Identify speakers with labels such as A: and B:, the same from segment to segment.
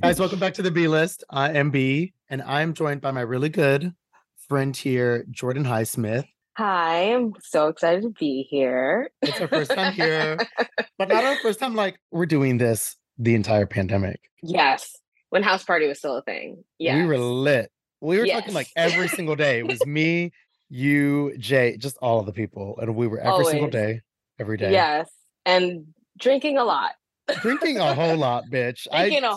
A: Guys, welcome back to the B list. I am B, and I'm joined by my really good friend here, Jordan Highsmith.
B: Hi, I'm so excited to be here.
A: It's our first time here, but not our first time. Like we're doing this the entire pandemic.
B: Yes, when house party was still a thing. Yeah,
A: We were lit. We were talking
B: Yes.
A: like every single day. It was me, you, Jay, just all of the people, and we were every single
B: Always.
A: day, every day.
B: Yes, and drinking a lot.
A: drinking a whole lot, bitch.
B: Drinking a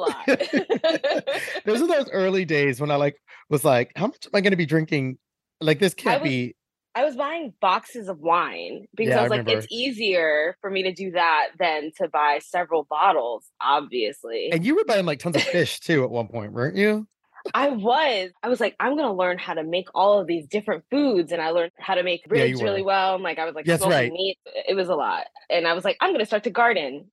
B: lot.
A: those are those early days when I like was like, how much am I going to be drinking? Like this can't
B: was-
A: be.
B: I was buying boxes of wine because
A: Yeah, I
B: I was like,
A: remember.
B: it's easier for me to do that than to buy several bottles. Obviously,
A: And you were buying like tons of fish too at one point, weren't you?
B: I was. I was like, I'm gonna learn how to make all of these different foods, and I learned how to make
A: Yeah, you
B: ribs really
A: were.
B: well. And like, I was like
A: That's
B: smoking
A: right.
B: meat. It was a lot, and I was like, I'm gonna start to garden.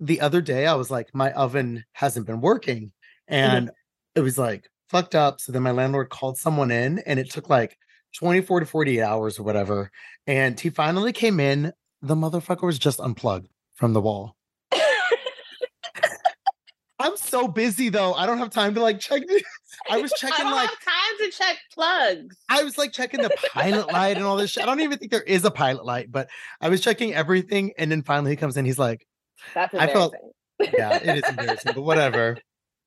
A: the other day I was like, my oven hasn't been working.
B: Mm-hmm.
A: And it was like fucked up. So then my landlord called someone in and it took like 24 to 48 hours or whatever. And he finally came in. The motherfucker was just unplugged from the wall. I'm so busy though. I don't have time to like check. the- I was
B: I
A: checking
B: don't
A: like
B: have time to check plugs.
A: I was like checking the pilot light and all this shit. I don't even think there is a pilot light, but I was checking everything. And then finally he comes in. He's like,
B: That's
A: I felt-
B: embarrassing.
A: Yeah, it is embarrassing, but whatever.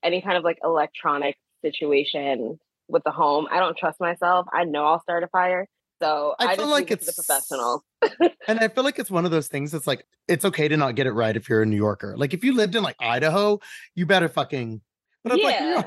B: Any kind of like electronic situation with the home, I don't trust myself. I know I'll start a fire, so
A: I
B: I,
A: feel
B: just
A: like
B: leave it to the
A: it's-
B: professionals.
A: And I feel like it's one of those things that's like, it's okay to not get it right if you're a New Yorker. Like, if you lived in like Idaho, you better fucking. But it's like, New
B: Yeah.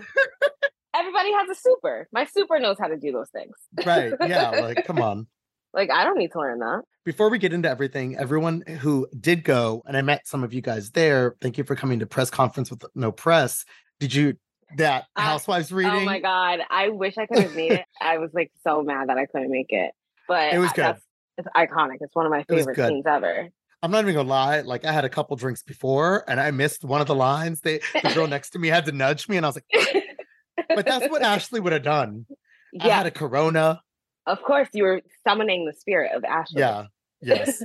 B: Everybody has a super. My super knows how to do those things.
A: York- right. Yeah. Like, come on.
B: Like I don't need to learn that.
A: Before we get into everything, everyone who did go, and I met some of you guys there, thank you for coming to press conference with no press. Did you, that
B: I-
A: Housewives reading?
B: Oh my god, I wish I could have made it. I was like so mad that I couldn't make it, but
A: It was
B: I-
A: good.
B: that's- It's iconic. It's one of my
A: was
B: favorite
A: good.
B: scenes ever.
A: I'm not even gonna lie. Like, I had a couple drinks before and I missed one of the lines. They, the girl next to me had to nudge me, and I was like, but that's what Ashley would have done. I
B: yeah,
A: had a Corona.
B: of course you were summoning the spirit of Ashley.
A: Yeah. Yes.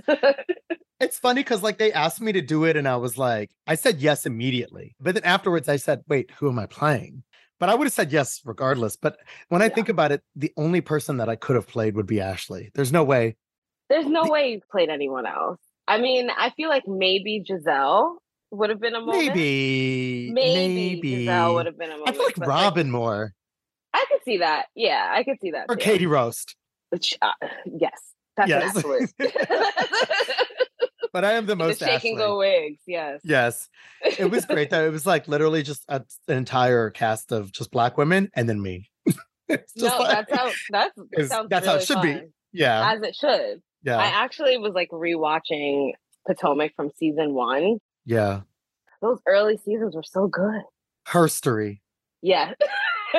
A: It's funny because like they asked me to do it and I was like, I said yes immediately. But then afterwards I said, wait, who am I playing? But I would have said yes regardless. But when I
B: Yeah.
A: think about it, the only person that I could have played would be Ashley. There's no way.
B: There's no
A: The-
B: way you played anyone else. I mean, I feel like maybe Giselle would have been a moment.
A: Maybe.
B: Maybe, Giselle would have been a moment.
A: I feel like
B: but,
A: Robin more
B: I could see that. Yeah, I could see that.
A: or
B: too.
A: Katie Roast.
B: Which, uh, yes, that's
A: Yes.
B: an absolute.
A: But I am the
B: the
A: most Ashley.
B: shaking the wigs. Yes.
A: Yes. It was great though. It was like literally just a, an entire cast of just black women and then me. It's just
B: no,
A: like-
B: that's how that's
A: It's-
B: sounds
A: that's how it should be.
B: fun,
A: yeah.
B: As it should.
A: yeah.
B: I actually was like rewatching Potomac from season one.
A: yeah.
B: Those early seasons were so good.
A: Herstory.
B: Yeah.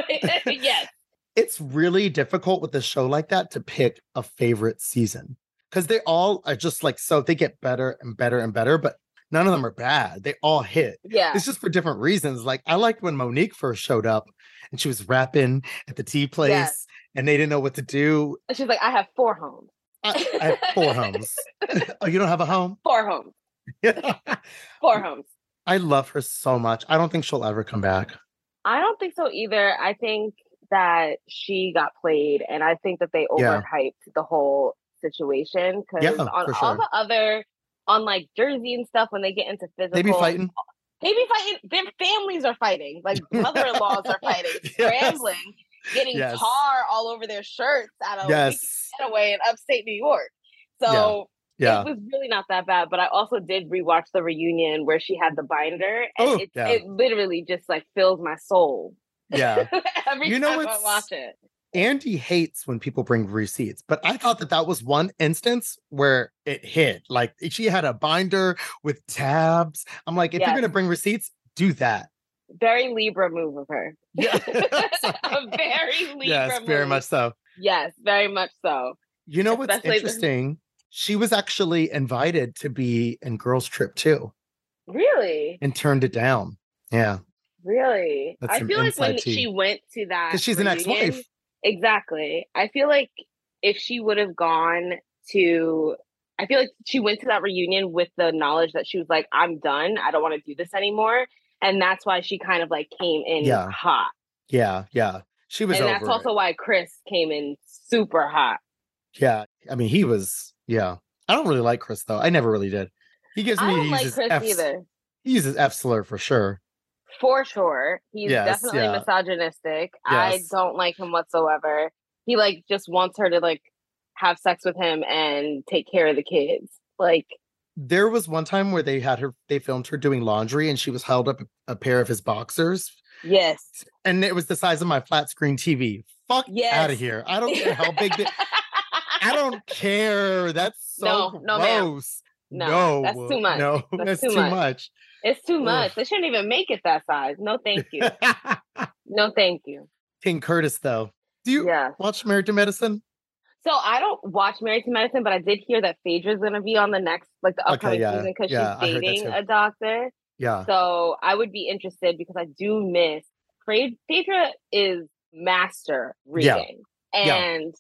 B: yes.
A: it's really difficult with a show like that to pick a favorite season because they all are just like so they get better and better and better, but none of them are bad. They all hit.
B: Yeah.
A: It's just for different reasons. Like I liked when Monique first showed up and she was rapping at the tea place and they didn't know what to do.
B: And She's like, I have four homes.
A: I, I have four homes. oh, you don't have a home?
B: Four homes.
A: Mm.
B: Four homes.
A: I love her so much. I don't think she'll ever come back.
B: I don't think so either. I think that she got played and I think that they
A: Yeah.
B: overhyped the whole situation because
A: Yeah,
B: on
A: for
B: all
A: sure.
B: the other on like Jersey and stuff when they get into physical
A: They be fighting.
B: They be fighting. Their families are fighting. Like mother-in-laws are fighting,
A: Yes.
B: scrambling, getting
A: Yes.
B: tar all over their shirts out of
A: Yes.
B: away in upstate New York. So
A: Yeah.
B: It was really not that bad, but I also did rewatch the reunion where she had the binder, and
A: Oh,
B: it,
A: yeah.
B: it literally just like fills my soul.
A: Yeah.
B: Every
A: You know
B: time I
A: what's-
B: watch it.
A: Andy hates when people bring receipts, but I thought that that was one instance where it hit. Like eh, she had a binder with tabs. I'm like, if you're
B: Yes.
A: going to bring receipts, do that.
B: Very Libra move of her.
A: Yeah.
B: A very Libra
A: yes,
B: move.
A: very much so.
B: Yes, very much so.
A: You know what's
B: Especially the-
A: interesting? She was actually invited to be in Girls Trip too
B: Really?
A: and turned it down. Yeah.
B: Really?
A: That's
B: I
A: some
B: feel like when
A: inside tea.
B: she went to that
A: Because she's an ex
B: reunion-
A: wife.
B: Exactly. I feel like if she would have gone to, I feel like she went to that reunion with the knowledge that she was like, I'm done. I don't want to do this anymore. And that's why she kind of like came in
A: Yeah.
B: hot.
A: Yeah. Yeah. She was
B: And
A: over.
B: that's
A: it.
B: also why Chris came in super hot.
A: Yeah. I mean, he was, yeah. I don't really like Chris though. I never really did. He gives
B: I
A: me
B: don't
A: he
B: like
A: uses
B: Chris
A: F-
B: either.
A: He uses F slur for sure.
B: For sure. He's
A: Yes,
B: definitely
A: yeah.
B: misogynistic. I
A: Yes.
B: don't like him whatsoever. He like just wants her to like have sex with him and take care of the kids. Like,
A: There was one time where they had her they filmed her doing laundry and she was held up a pair of his boxers
B: yes.
A: and it was the size of my flat screen TV. Fuck out
B: Yes.
A: of here. I don't care how big the, I don't care. That's so
B: No, no, ma'am.
A: gross.
B: No, that's too much.
A: No,
B: That's
A: that's,
B: too
A: too,
B: much.
A: much.
B: It's too
A: Ugh.
B: much. They shouldn't even make it that size. No, thank you. no, thank you.
A: King Curtis though. Do you
B: Yeah.
A: watch Married to Medicine?
B: So I don't watch Married to Medicine, but I did hear that Phaedra's gonna be on the next, like the
A: Okay,
B: upcoming
A: yeah,
B: season because
A: yeah, I
B: she's
A: heard that
B: dating
A: too.
B: a doctor.
A: Yeah.
B: So I would be interested because I do miss Phaed- Phaedra is master
A: Yeah.
B: reading.
A: Yeah.
B: And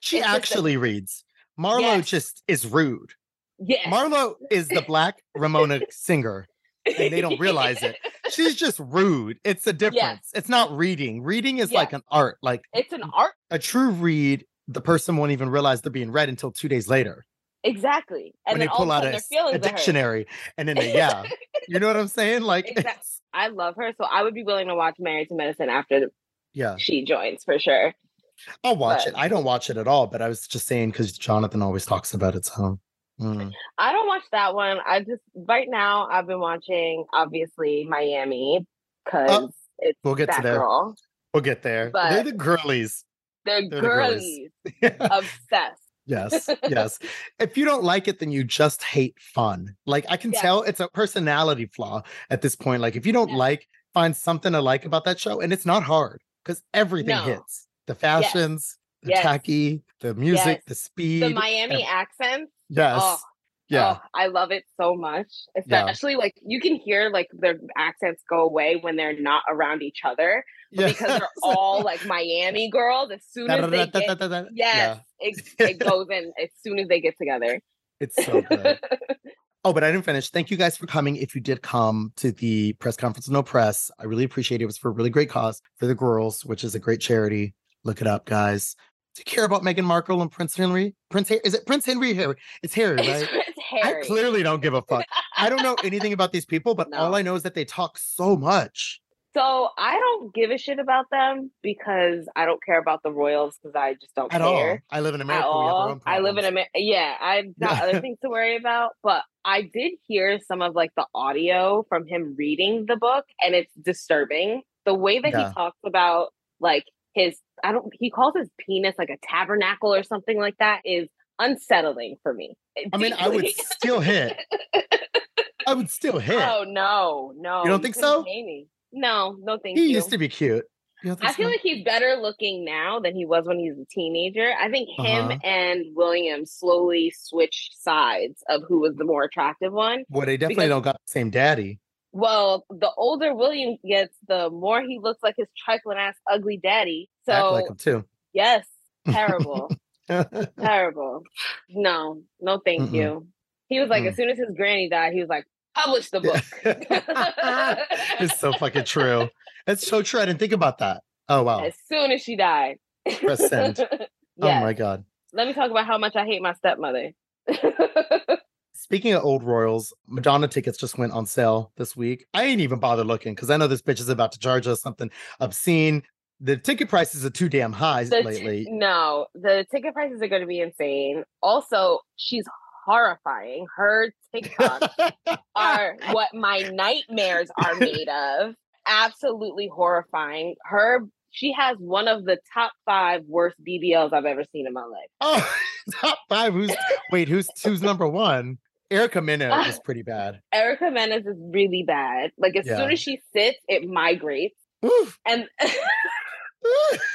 A: She
B: It's just that-
A: actually reads. Marlo
B: Yes.
A: just is rude.
B: yeah,
A: Marlo is the black Ramona singer. and they don't realize it. She's just rude. It's a difference. It's not reading. Reading is like an art. Like
B: It's an art
A: a true read, the person won't even realize they're being read until two days later
B: exactly. And
A: when
B: then
A: they pull
B: all
A: out
B: of a
A: a,
B: sudden their
A: a
B: feelings are hurt.
A: dictionary. And then, they, yeah, you know what I'm saying? Like,
B: Exact-
A: it's-
B: I love her, so I would be willing to watch Married to Medicine after
A: yeah,
B: she joins for sure.
A: I'll watch it.
B: But-
A: I don't watch it at all, but I was just saying because Jonathan always talks about it. So, mm.
B: I don't watch that one. I just right now I've been watching obviously Miami because
A: Oh,
B: it's
A: we'll get
B: that
A: to there.
B: girl.
A: We'll get there. They're
B: But-
A: the girlies.
B: The
A: the
B: girlies
A: girlies.
B: obsessed.
A: Yes, yes. If you don't like it, then you just hate fun. Like I can
B: Yes.
A: tell it's a personality flaw at this point. Like if you don't
B: Yeah.
A: like, find something to like about that show, and it's not hard because everything
B: No.
A: hits: the fashions, the
B: Yes.
A: tacky, the music,
B: Yes.
A: the speed.
B: The Miami accent.
A: yes,
B: Oh,
A: yeah,
B: oh, I love it so much.
A: Yeah.
B: Especially like you can hear like their accents go away when they're not around each other
A: yeah.
B: because they're all like Miami girls as soon as they get.
A: Da-da-da-da-da-da-da.
B: Yes,
A: Yeah,
B: it, it goes in as soon as they get together.
A: it's so good. Oh, but I didn't finish. Thank you guys for coming. If you did come to the press conference, no press, I really appreciate it. It was for a really great cause for the girls, which is a great charity. Look it up, guys. Do you care about Meghan Markle and Prince Henry? Prince Harry? Is it Prince Henry? or Harry? It's Harry,
B: It's
A: right?
B: Prince Harry.
A: I clearly don't give a fuck. I don't know anything about these people, but all
B: No.
A: I know is that they talk so much.
B: So I don't give a shit about them because I don't care about the Royals because I just don't
A: At all.
B: care
A: I live in
B: at
A: America. We have our
B: all.
A: own
B: I live in
A: problems.
B: America. Yeah, I've got
A: Yeah.
B: other things to worry about. But I did hear some of like the audio from him reading the book, and it's disturbing. The way that
A: Yeah.
B: he talks about like his, I don't. He calls his penis like a tabernacle or something like that is unsettling for me. Eh,
A: I mean, I would
B: Deeply.
A: still hit. I would still hit.
B: Oh no, no.
A: You don't think
B: couldn't
A: so?
B: pay me. No, no, thank
A: he
B: you.
A: used to be cute. You don't think
B: I feel
A: so?
B: like he's better looking now than he was when he was a teenager. I think him
A: Uh-huh.
B: and William slowly switched sides of who was the more attractive one.
A: well, they definitely
B: because-
A: don't got the same daddy.
B: Well, the older William gets, the more he looks like his trifling ass ugly daddy.
A: Act
B: So
A: like him too.
B: yes, terrible, terrible. No, no, thank
A: Mm-mm.
B: you. He was like, as soon as his granny died, he was like, publish the book.
A: it's so fucking true. It's so true. I didn't think about that. Oh wow.
B: as soon as she died.
A: Press send.
B: Yes.
A: Oh my god.
B: Let me talk about how much I hate my stepmother.
A: Speaking of old royals, Madonna tickets just went on sale this week. I ain't even bother looking because I know this bitch is about to charge us something obscene. The ticket prices are too damn high
B: The t-
A: lately.
B: no, the ticket prices are going to be insane. Also, she's horrifying. Her TikToks are what my nightmares are made of. Absolutely horrifying. Her she has one of the top five worst BBLs I've ever seen in my life.
A: oh, top five. Who's wait? Who's who's number one? Erica Minow is pretty bad.
B: Erica Mendez is really bad. Like as
A: Yeah.
B: soon as she sits, it migrates.
A: Oof.
B: And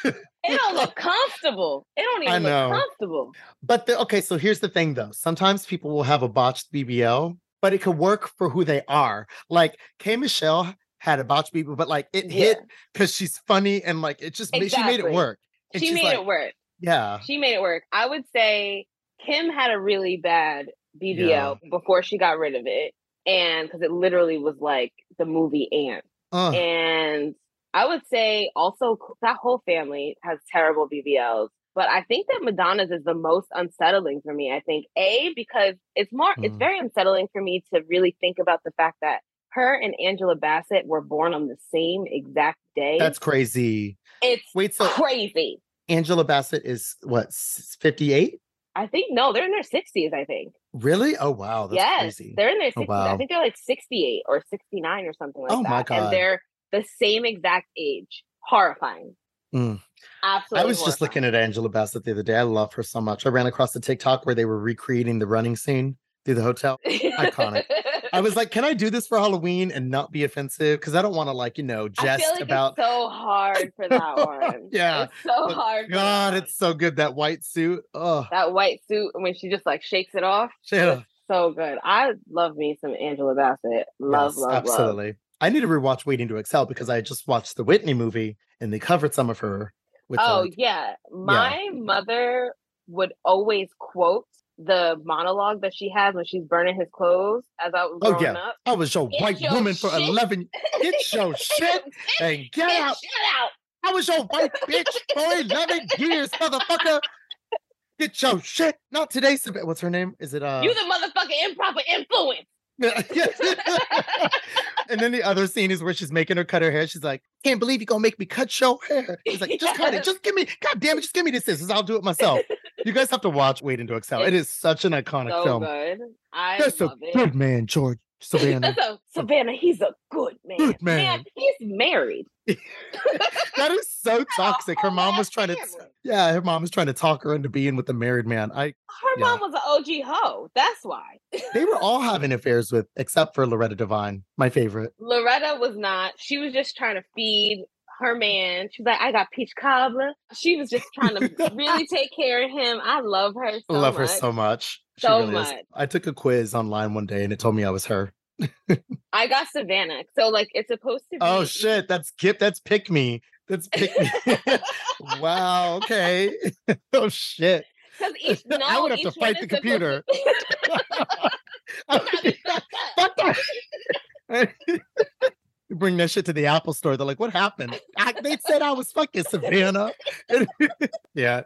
B: it don't look comfortable. It don't
A: I
B: even
A: know.
B: look comfortable.
A: But the, okay, so here's the thing though. Sometimes people will have a botched BBL, but it could work for who they are. Like K Michelle had a botched BBL, but like it
B: Yeah.
A: hit because she's funny and like it just ma- she made it
B: Exactly.
A: work. And
B: she
A: she's
B: made
A: like,
B: it work.
A: Yeah.
B: She made it work. I would say Kim had a really bad BBL
A: Yeah.
B: before she got rid of it. And because it literally was like the movie Ant.
A: Uh,
B: And I would say also c- that whole family has terrible BBLs. But I think that Madonna's is the most unsettling for me. I think A, because it's more it's
A: Mm.
B: very unsettling for me to really think about the fact that her and Angela Bassett were born on the same exact day.
A: that's crazy.
B: it's
A: Wait, so
B: crazy.
A: Angela Bassett is what s- 58?
B: I think no, they're in their sixties. I think
A: Really? Oh wow, that's
B: yes,
A: crazy.
B: they're in their
A: Oh,
B: sixties. I
A: wow.
B: think they're like sixty-eight or sixty-nine or something like
A: Oh,
B: that.
A: my
B: And
A: God.
B: they're the same exact age. Horrifying.
A: Mm.
B: Absolutely.
A: I was just looking at Angela Bassett the other day. I love her so much. I ran across the TikTok where they were recreating the running scene through the hotel. iconic. I was like, can I do this for Halloween and not be offensive? Because I don't want to, like, you know,
B: I
A: jest
B: feel like
A: about.
B: it's so hard for that one.
A: Yeah,
B: it's so
A: but
B: hard. for
A: God,
B: that
A: it's so good that white suit. Oh,
B: one. that white suit and when she just like shakes it off.
A: yeah,
B: So good. I love me some Angela Bassett. Love,
A: yes,
B: love, love.
A: absolutely. I need to rewatch Waiting to Excel because I just watched the Whitney movie and they covered some of her. With
B: Oh
A: the-
B: yeah, my mother would always quote the monologue that she has when she's burning his clothes as I was
A: Oh,
B: growing
A: yeah.
B: up.
A: I was your
B: Get
A: white
B: your
A: woman for
B: shit-
A: 11 Get your shit and get
B: Get
A: out.
B: shit out.
A: I was your white bitch for 11 years, motherfucker. Get your shit. Not today. Sab- What's her name? Is it uh?
B: you the motherfucking improper influence.
A: Yeah, yes. and then the other scene is where she's making her cut her hair. She's like, "Can't believe you're gonna make me cut your hair." He's like, "Just cut it.
B: Yes.
A: Just give me. God damn it. Just give me the scissors. I'll do it myself." You guys have to watch Wait into Excel. It is such an iconic
B: so
A: film.
B: good. I
A: That's a
B: love it.
A: good man, George Savannah.
B: So, Savannah, he's a good man.
A: Good
B: man
A: man.
B: he's married.
A: that is
B: Oh,
A: so toxic. Her
B: whole
A: mom
B: ass
A: was trying to.
B: family.
A: Yeah, her mom was trying to talk her into being with a married man. I.
B: Her
A: Yeah.
B: mom was an OG hoe. That's why.
A: They were all having affairs with, except for Loretta Devine, my favorite.
B: Loretta was not. She was just trying to feed her man. She was like, I got peach cobbler. She was just trying to really take care of him. I love her so
A: Love her
B: much.
A: so much. She
B: So
A: really is.
B: much.
A: I took a quiz online one day and it told me I was her.
B: I got Savannah. So like it's supposed to be
A: Oh shit, that's Gip. That's pick me. That's pick me. wow. Okay. oh shit.
B: because each e, no,
A: I would have to
B: each one
A: fight the
B: is supposed to-
A: computer. Fuck that. You Bring that shit to the Apple store. They're like, what happened? I, they said I was fucking Savannah. yeah.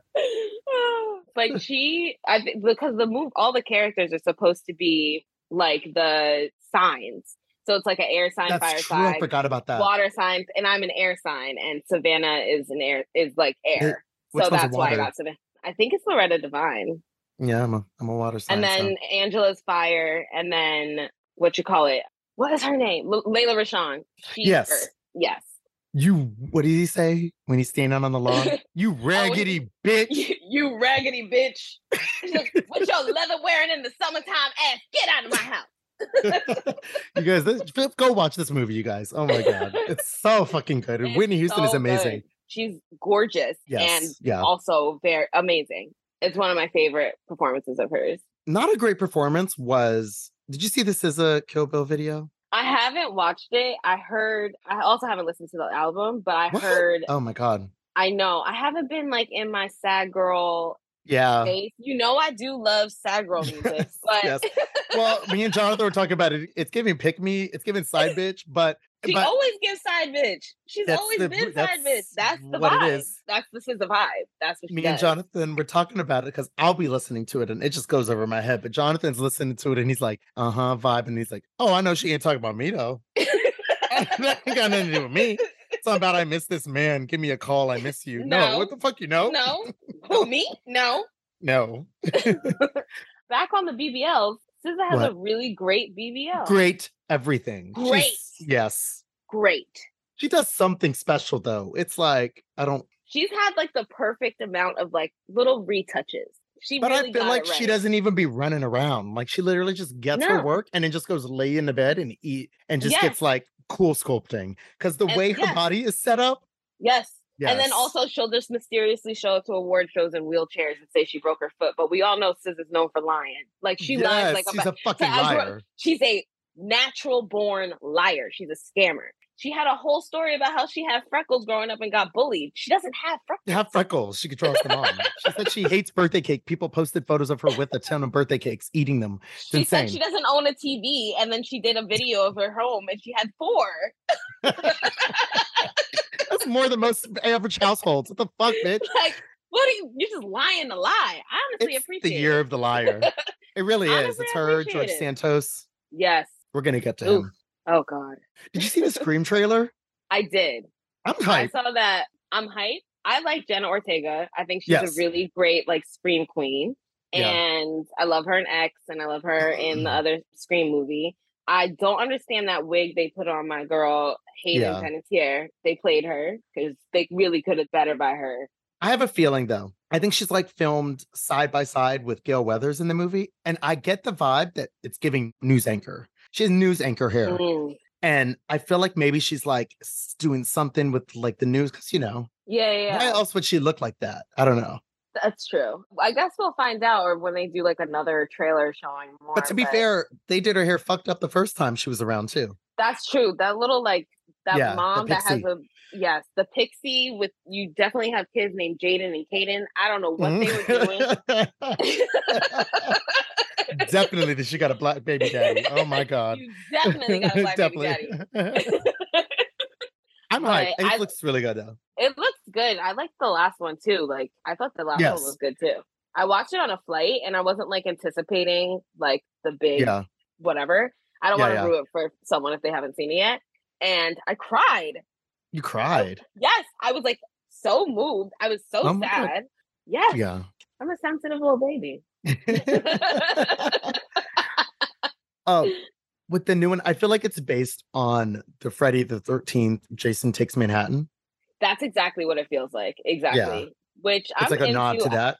B: but she I think because the move all the characters are supposed to be like the signs. So it's like an air sign, fire
A: That's true. I
B: sign,
A: forgot about that.
B: water signs, and I'm an air sign, and Savannah is an air is like air.
A: Which
B: so
A: one's a
B: that's why I
A: water?
B: got Savannah. I think it's Loretta Divine,
A: Yeah, I'm a I'm a water sign.
B: and
A: so-
B: then Angela's fire, and then what you call it? What is her name? L- Layla Rashawn. She's
A: Yes.
B: Earth. Yes.
A: you what did he say when he's standing out on the lawn? You
B: Oh,
A: raggedy bitch.
B: you, you raggedy bitch. She's like, what your leather wearing in the summertime ass? Get out of my house.
A: you guys, this, go watch this movie, you guys. Oh my god, it's so fucking good. And
B: It's
A: Whitney Houston is
B: so
A: amazing.
B: good. She's gorgeous
A: Yes,
B: and
A: yeah.
B: also very amazing. It's one of my favorite performances of hers.
A: Not a great performance was. Did you see this as a Kill Bill video?
B: I haven't watched it. I heard I also haven't listened to the album, but I
A: What?
B: heard
A: Oh my god.
B: I know. I haven't been like in my sad girl
A: Yeah.
B: face. You know I do love sad girl music,
A: Yes,
B: but
A: yes. Well, me and Jonathan were talking about it. It's giving pick me. It's giving side bitch, but
B: She
A: but
B: always gives side bitch. She's
A: That's
B: always
A: the-
B: been side bitch.
A: that's
B: That's the
A: what
B: vibe.
A: it is.
B: That's this is the vibe. That's what she
A: me
B: does.
A: and Jonathan were talking about it because I'll be listening to it and it just goes over my head. But Jonathan's listening to it and he's like, uh huh, vibe. And he's like, oh, I know she ain't talking about me though. that ain't got nothing to do with me. Something about I miss this man. Give me a call. I miss you. No,
B: No.
A: what the fuck? You know?
B: No, who me? No,
A: No.
B: back on the BBLs. SZA has
A: What?
B: a really great BBL.
A: Great everything. She's-
B: Great.
A: yes.
B: Great.
A: She does something special though. It's like I don't
B: She's had like the perfect amount of like little retouches. She
A: but
B: really
A: I feel
B: got
A: like
B: it right.
A: she doesn't even be running around. Like she literally just gets her
B: No.
A: work and then just goes lay in the bed and eat and just
B: Yes.
A: gets like cool sculpting. Cause the
B: And-
A: way her
B: yes.
A: body is set up,
B: Yes.
A: yes.
B: And then also she'll just mysteriously show up to award shows in wheelchairs and say she broke her foot. But we all know SZA is known for lying. Like she lies like
A: Yes,
B: a
A: she's a
B: So
A: fucking
B: I grew-
A: liar.
B: she's a natural born liar. She's a scammer. She had a whole story about how she had freckles growing up and got bullied. She doesn't have freckles.
A: have freckles. She could draw them on. She said she hates birthday cake. People posted photos of her with a ton of birthday cakes, eating them.
B: She said she
A: insane.
B: doesn't own a TV, and then she did a video of her home, and she had four.
A: That's more than most average households. What the fuck, bitch?
B: Like, what are you? You're just lying to lie. I honestly
A: It's
B: appreciate
A: the year
B: It.
A: of the liar. It really is.
B: Honestly,
A: It's
B: I
A: her,
B: appreciate
A: George
B: it.
A: Santos.
B: Yes.
A: We're gonna get to
B: Oof.
A: him.
B: Oh God,
A: Did you see the Scream trailer?
B: I did.
A: I'm
B: I
A: hyped.
B: saw that. I'm hyped. I like Jenna Ortega. I think she's
A: Yes.
B: a really great like scream queen,
A: Yeah. Mm-hmm.
B: and I love her in X, and I love her in the other scream movie. I don't understand that wig they put on my girl Hayden
A: Yeah.
B: Panettiere. They played her because they really could have better by her.
A: I have a feeling though. I think she's like filmed side by side with Gail Weathers in the movie, and I get the vibe that it's giving news anchor. She has news anchor hair.
B: Mm.
A: and I feel like maybe she's like s- doing something with like the news because you know
B: Yeah, yeah,
A: why
B: yeah.
A: else would she look like that? I don't know.
B: that's true. I guess we'll find out, or when they do like another trailer showing more.
A: But to be fair, they did her hair fucked up the first time she was around too.
B: That's true. That little like that
A: Yeah, the
B: mom that has
A: pixie.
B: a yes, the pixie with you definitely have kids named Jaden and Kaden. I don't know what they
A: Mm.
B: were doing.
A: Mhm. Definitely that she got a black baby daddy. Oh my god.
B: You definitely got a black baby daddy.
A: I'm
B: But
A: hyped. It
B: I-
A: looks really good though.
B: It looks good. I liked the last one too. Like I thought the last
A: Yes.
B: one was good too. I watched it on a flight and I wasn't like anticipating like the big
A: Yeah.
B: whatever. I don't
A: Yeah,
B: want to
A: yeah.
B: ruin it for someone if they haven't seen it yet. And I cried.
A: You cried.
B: Yes, I was like so moved. I was so
A: Oh my God.
B: sad. Yes,
A: Yeah.
B: I'm a sensitive little baby.
A: Oh, with the new one, I feel like it's based on the Friday the 13th, Jason Takes Manhattan.
B: That's exactly what it feels like. Exactly. Which
A: It's
B: I'm
A: like a nod
B: into.
A: to that.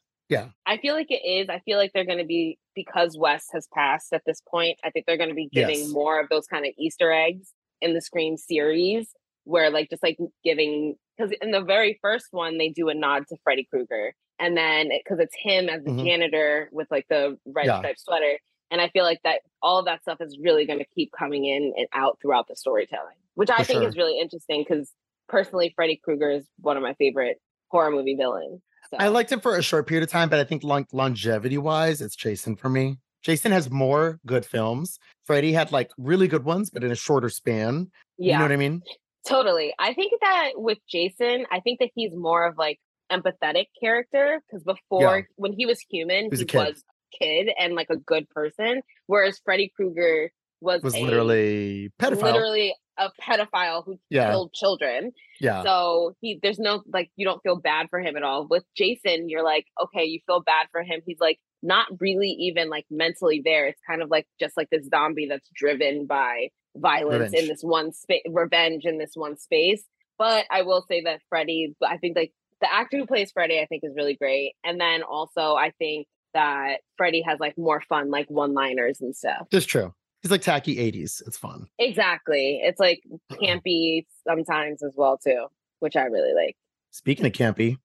B: I feel like it is. I feel like they're going to be because West has passed at this point. I think they're going to be giving
A: Yes.
B: more of those kind of Easter eggs in the Scream series, where like just like giving because in the very first one they do a nod to Freddy Krueger, and then because it's him as the
A: Mhm.
B: janitor with like the red
A: Yeah.
B: striped sweater, and I feel like that all of that stuff is really going to keep coming in and out throughout the storytelling, which I
A: For
B: think
A: sure.
B: is really interesting because personally, Freddy Krueger is one of my favorite horror movie villains. So.
A: I liked him for a short period of time, but I think long- longevity wise, it's Jason for me. Jason has more good films. Freddy had like really good ones, but in a shorter span. You know what I mean?
B: Totally. I think that with Jason, I think that he's more of like empathetic character because before when he was human,
A: was a
B: he
A: kid.
B: was a kid and like a good person, whereas Freddy Krueger was
A: Was
B: a-
A: literally pedophile.
B: literally a pedophile who
A: Yeah.
B: killed children.
A: yeah.
B: So he there's no like you don't feel bad for him at all. With Jason, you're like, okay, you feel bad for him. He's like not really even like mentally there. It's kind of like just like this zombie that's driven by violence in
A: Revenge.
B: this one space revenge in this one space. But I will say that Freddy, I think like the actor who plays Freddy, I think is really great. And then also I think that Freddy has like more fun, like one liners and stuff.
A: That's true. He's like tacky 80s. It's fun.
B: Exactly. It's like
A: Mm-hmm.
B: campy sometimes as well too, which I really like.
A: Speaking of campy,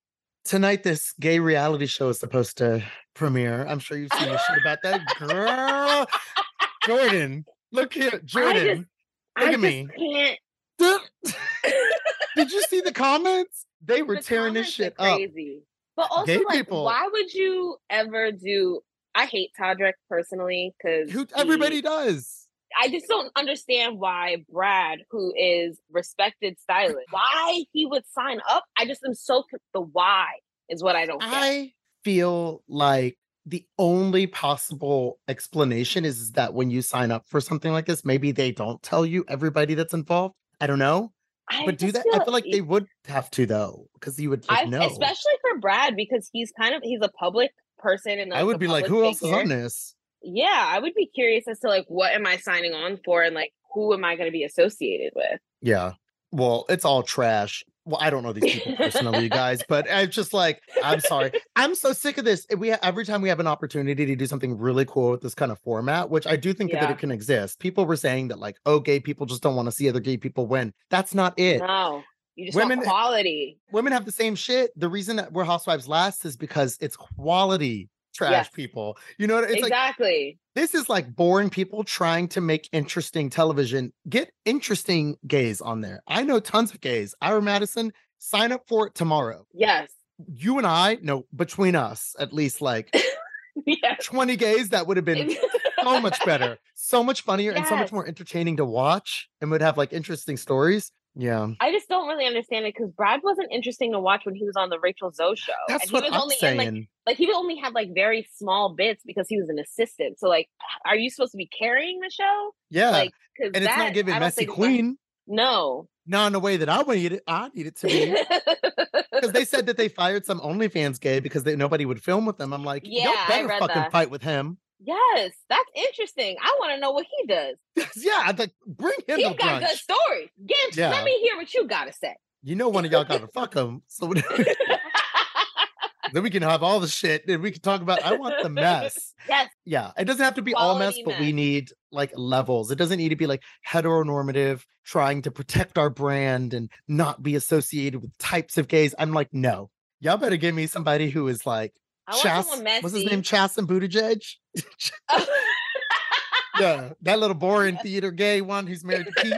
A: tonight this gay reality show is supposed to premiere. I'm sure you've seen the shit about that. Girl, Jordan, look here, Jordan. Look
B: I
A: at
B: just
A: me.
B: can't.
A: Did you see the comments? They were
B: the
A: tearing this
B: comments
A: shit
B: are
A: up.
B: Crazy. But also,
A: Gay
B: like,
A: people.
B: why would you ever do? I hate Todrick personally because
A: Who everybody does.
B: I just don't understand why Brad, who is respected stylist, why he would sign up. I just am so con- the why is what I don't. get.
A: I feel like the only possible explanation is that when you sign up for something like this, maybe they don't tell you everybody that's involved. I don't know,
B: I
A: but do
B: just e
A: that. I feel like they would have to though, because you would like,
B: I,
A: know.
B: especially for Brad because he's kind of he's a public person and
A: I would be like, who else is on this?
B: yeah, I would be curious as to like what am I signing on for and like who am I going to be associated with?
A: Yeah. Well, it's all trash. Well, I don't know these people personally, you guys, but I'm just like, I'm sorry. I'm so sick of this. We every time we have an opportunity to do something really cool with this kind of format, which I do think that
B: Yeah.
A: it can exist. People were saying that, like, oh, gay people just don't want to see other gay people win. That's not it.
B: No, Oh, you just
A: Women- eh,
B: want quality.
A: Women have the same shit. The reason that we're housewives last is because it's quality trash
B: Yes.
A: people. You know, it's like
B: exactly.
A: this is like boring people trying to make interesting television. Get interesting gays on there. I know tons of gays. Ira Madison, sign up for it tomorrow.
B: yes.
A: You and I, no, between us, at least like
B: Yes.
A: 20 gays, that would have been so much better, so much funnier, and so much
B: Yes.
A: more entertaining to watch and would have like interesting stories. Yeah.
B: I just don't really understand it because Brad wasn't interesting to watch when he was on the Rachel Zoe show.
A: That's
B: and
A: what
B: he was
A: I'm
B: only
A: saying.
B: in like like he only had like very small bits because he was an assistant. So like are you supposed to be carrying the show?
A: yeah.
B: like because
A: and it's not giving messy queen.
B: No.
A: Not in a way that I would eat it. I need it to be. because they said that they fired some OnlyFans gay because they, nobody would film with them. I'm like,
B: Yeah,
A: y'all
B: I
A: better
B: read
A: fucking
B: that.
A: fight with him.
B: yes, that's interesting. I want to know what he does.
A: yeah, I'd like bring him
B: He's
A: the
B: got good
A: brunch.
B: stories. Get
A: Yeah.
B: let me hear what you gotta say.
A: You know, one of y'all got to fuck him, so then we can have all the shit and we can talk about. I want the mess.
B: yes,
A: Yeah, it doesn't have to be all mess,
B: Quality
A: but we
B: mess.
A: need like levels. It doesn't need to be like heteronormative, trying to protect our brand and not be associated with types of gays. I'm like, no, y'all better give me somebody who is like
B: I want
A: Chas.
B: someone messy.
A: What's his name? Chas and Buttigieg. yeah, that little boring theater gay one who's married to Pete.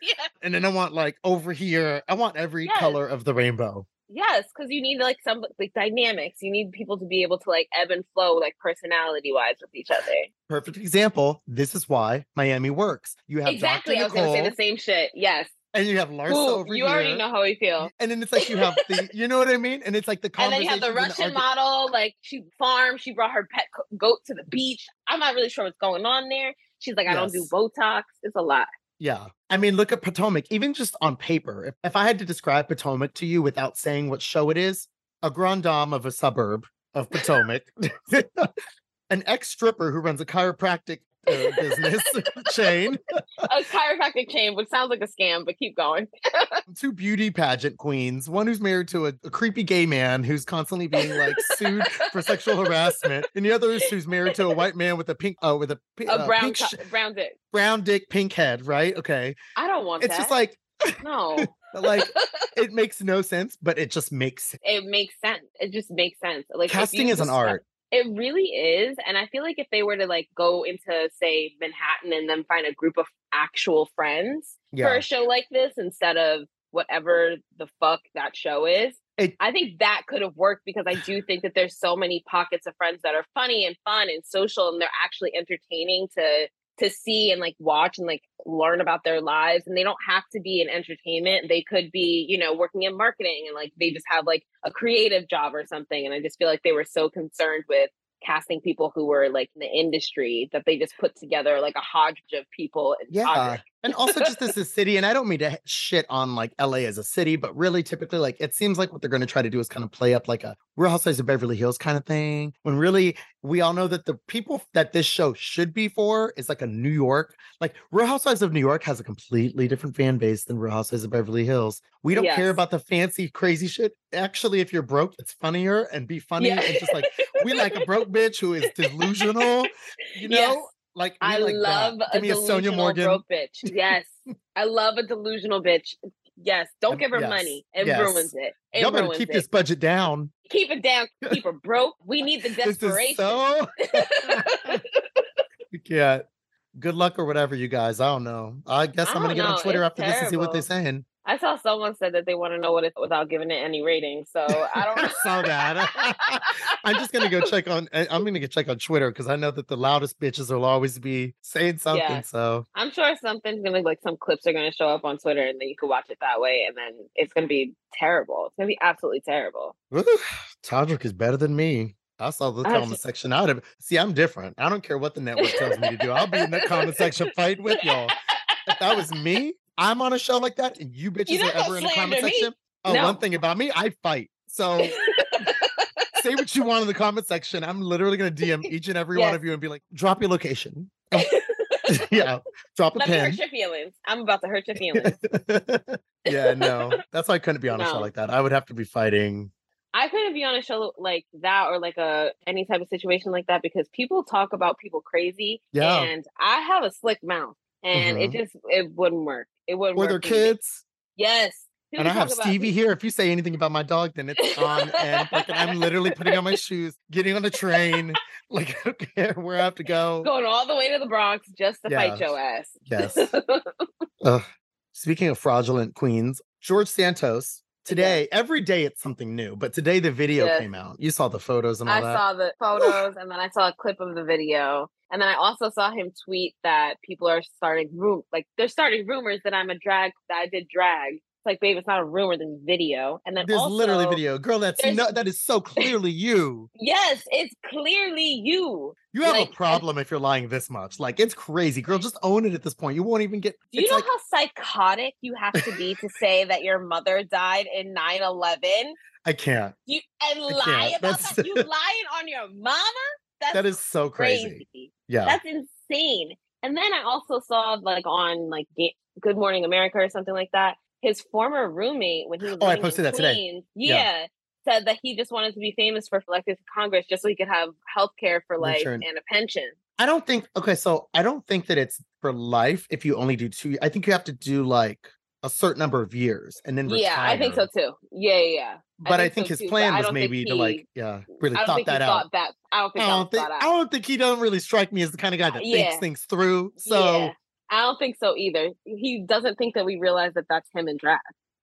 B: Yeah.
A: And then I want like over here, I want every
B: Yes.
A: color of the rainbow.
B: Yes, because you need like some like dynamics. You need people to be able to like ebb and flow like personality wise with each other.
A: Perfect example. This is why Miami works. You have
B: exactly. I
A: Dr.
B: was gonna
A: Nicole,
B: say the same shit. Yes.
A: and you have Larsa
B: Ooh,
A: over
B: you
A: here.
B: already know how we feel.
A: And then it's like you have the, you know what I mean? And it's like the
B: And then
A: conversation.
B: you have the Russian model, like she farmed, she brought her pet co- goat to the beach. I'm not really sure what's going on there. She's like, I don't do
A: Yes.
B: Botox. It's a lot.
A: Yeah. I mean, look at Potomac, even just on paper. If, if I had to describe Potomac to you without saying what show it is, a grand dame of a suburb of Potomac, an ex stripper who runs a chiropractic uh, business chain,
B: A chiropractic chain, which sounds like a scam, but keep going.
A: two beauty pageant queens, one who's married to a, a creepy gay man who's constantly being like sued for sexual harassment, and the other is who's married to a white man with a pink, uh, with a, pi-
B: A
A: uh,
B: brown
A: pink sh-
B: co- brown dick.
A: brown dick, pink head, right? Okay.
B: I don't want
A: It's
B: that.
A: just like,
B: no.
A: like it makes no sense, but it just makes
B: It makes sense. It just makes sense. Like if you
A: casting is an
B: describe-
A: art.
B: It really is. And I feel like if they were to like go into say Manhattan and then find a group of actual friends for
A: Yeah.
B: a show like this instead of whatever the fuck that show is,
A: It-
B: I think that could have worked because I do think that there's so many pockets of friends that are funny and fun and social and they're actually entertaining to to see and like watch and like learn about their lives and they don't have to be in entertainment they could be you know working in marketing and like they just have like a creative job or something and i just feel like they were so concerned with casting people who were like in the industry that they just put together like a hodgepodge of people and
A: Yeah.
B: hodgepodge.
A: And also just as a city, and I don't mean to shit on like LA as a city, but really typically like it seems like what they're gonna try to do is kind of play up like a Real Housewives of Beverly Hills kind of thing. When really we all know that the people that this show should be for is like a New York, like Real Housewives of New York has a completely different fan base than Real Housewives of Beverly Hills. We don't care
B: Yes.
A: about the fancy crazy shit. Actually, if you're broke, it's funnier and be funny
B: Yeah.
A: and just like we like a broke bitch who is delusional, you know.
B: Yes.
A: Like we
B: I
A: like that.
B: love a
A: Give me a
B: delusional
A: Sonia Morgan.
B: broke bitch. Yes, I love a delusional bitch. Yes, don't
A: Um,
B: give her
A: yes,
B: money. It
A: yes.
B: ruins it. It
A: Y'all better
B: ruins
A: keep
B: it.
A: this budget down.
B: Keep it down. Keep her broke. We need the
A: This is
B: desperation.
A: so. you can't. Good luck or whatever, you guys. I don't know. I guess
B: I
A: I'm gonna
B: don't
A: get on
B: know.
A: Twitter
B: It's
A: after this and see what they're saying.
B: I saw someone said that they want to know what it's without giving it any rating. So I don't.
A: saw that. I'm just gonna go check on. I- I'm gonna go check on Twitter because I know that the loudest bitches will always be saying something.
B: Yes.
A: So
B: I'm sure something's gonna like some clips are gonna show up on Twitter, and then you can watch it that way, and then it's gonna be terrible. It's gonna be absolutely terrible.
A: Woo, Todrick is better than me. I saw the
B: I
A: comment
B: just-
A: section. I'd have see. I'm different. I don't care what the network tells me to do. I'll be in that comment section fighting with y'all. if that was me, I'm on a show like that, and you bitches
B: not
A: are
B: gonna
A: ever in the comment
B: slander me.
A: section. Oh,
B: No.
A: one thing about me, I fight. So Say what you want in the comment section. I'm literally going to DM each and every one
B: Yes.
A: of you and be like, drop your location. Oh, yeah, drop a
B: Let me
A: pin.
B: hurt your feelings. I'm about to hurt your feelings.
A: yeah, no, that's why I couldn't be on a show
B: No.
A: like that. I would have to be fighting.
B: I couldn't be on a show like that or like a any type of situation like that because people talk about people crazy.
A: Yeah.
B: And I have a slick mouth. And it just it wouldn't work. It wouldn't
A: Or
B: work.
A: their
B: for me.
A: kids.
B: Yes.
A: And I
B: People
A: have
B: talk about
A: Stevie
B: me.
A: here. If you say anything about my dog, then it's on. And like, and I'm literally putting on my shoes, getting on the train. Like, I don't care where I have to go.
B: Going all the way to the Bronx just to
A: Yes.
B: fight your ass.
A: Yes. Ugh. Speaking of fraudulent queens, George Santos. Today, every day it's something new, but today the video
B: Yes.
A: came out. You saw the photos and all
B: I
A: that.
B: saw the photos and then I saw a clip of the video. And then I also saw him tweet that people are starting room like they're starting rumors that I'm a drag that I did drag. It's like, babe, it's not a rumor, there's video. And then
A: There's literally
B: also-
A: video. Girl, that's
B: there's-
A: no that is so clearly you.
B: Yes, it's clearly you.
A: You have
B: Like,
A: a
B: and-
A: problem if you're lying this much. Like it's crazy. Girl, just own it at this point. You won't even get
B: Do you
A: it's
B: know
A: like,
B: how psychotic you have to be to say that your mother died in 9 11?
A: I can't.
B: You and lie
A: can't.
B: about
A: That's-
B: that? You lying on your mama? That's
A: That is so crazy. Yeah.
B: That's insane. And then I also saw like on like Ga- Good Morning America or something like that. His former roommate when he was
A: Oh, I
B: living in
A: posted that today.
B: Queens,
A: Yeah.
B: Yeah, said that he just wanted to be famous for elected to Congress just so he could have health care for life
A: Insurance.
B: and a pension.
A: I don't think okay, so I don't think that it's for life if you only do two. I think you have to do like a certain number of years and then
B: Yeah, I think so
A: retire.
B: too. Yeah, yeah. yeah.
A: But I think,
B: think so
A: his
B: too, but
A: plan
B: I
A: was
B: don't think
A: maybe to like,
B: he-
A: yeah, really
B: I don't
A: thought
B: think he
A: that out.
B: thought that. I don't think
A: I
B: that
A: don't
B: was
A: think
B: thought
A: I
B: out. Uh,
A: don't think he doesn't really strike me as the kind of guy that thinks
B: Yeah.
A: things through. So
B: Yeah. I don't think so either. He doesn't think that we realize that that's him in drag.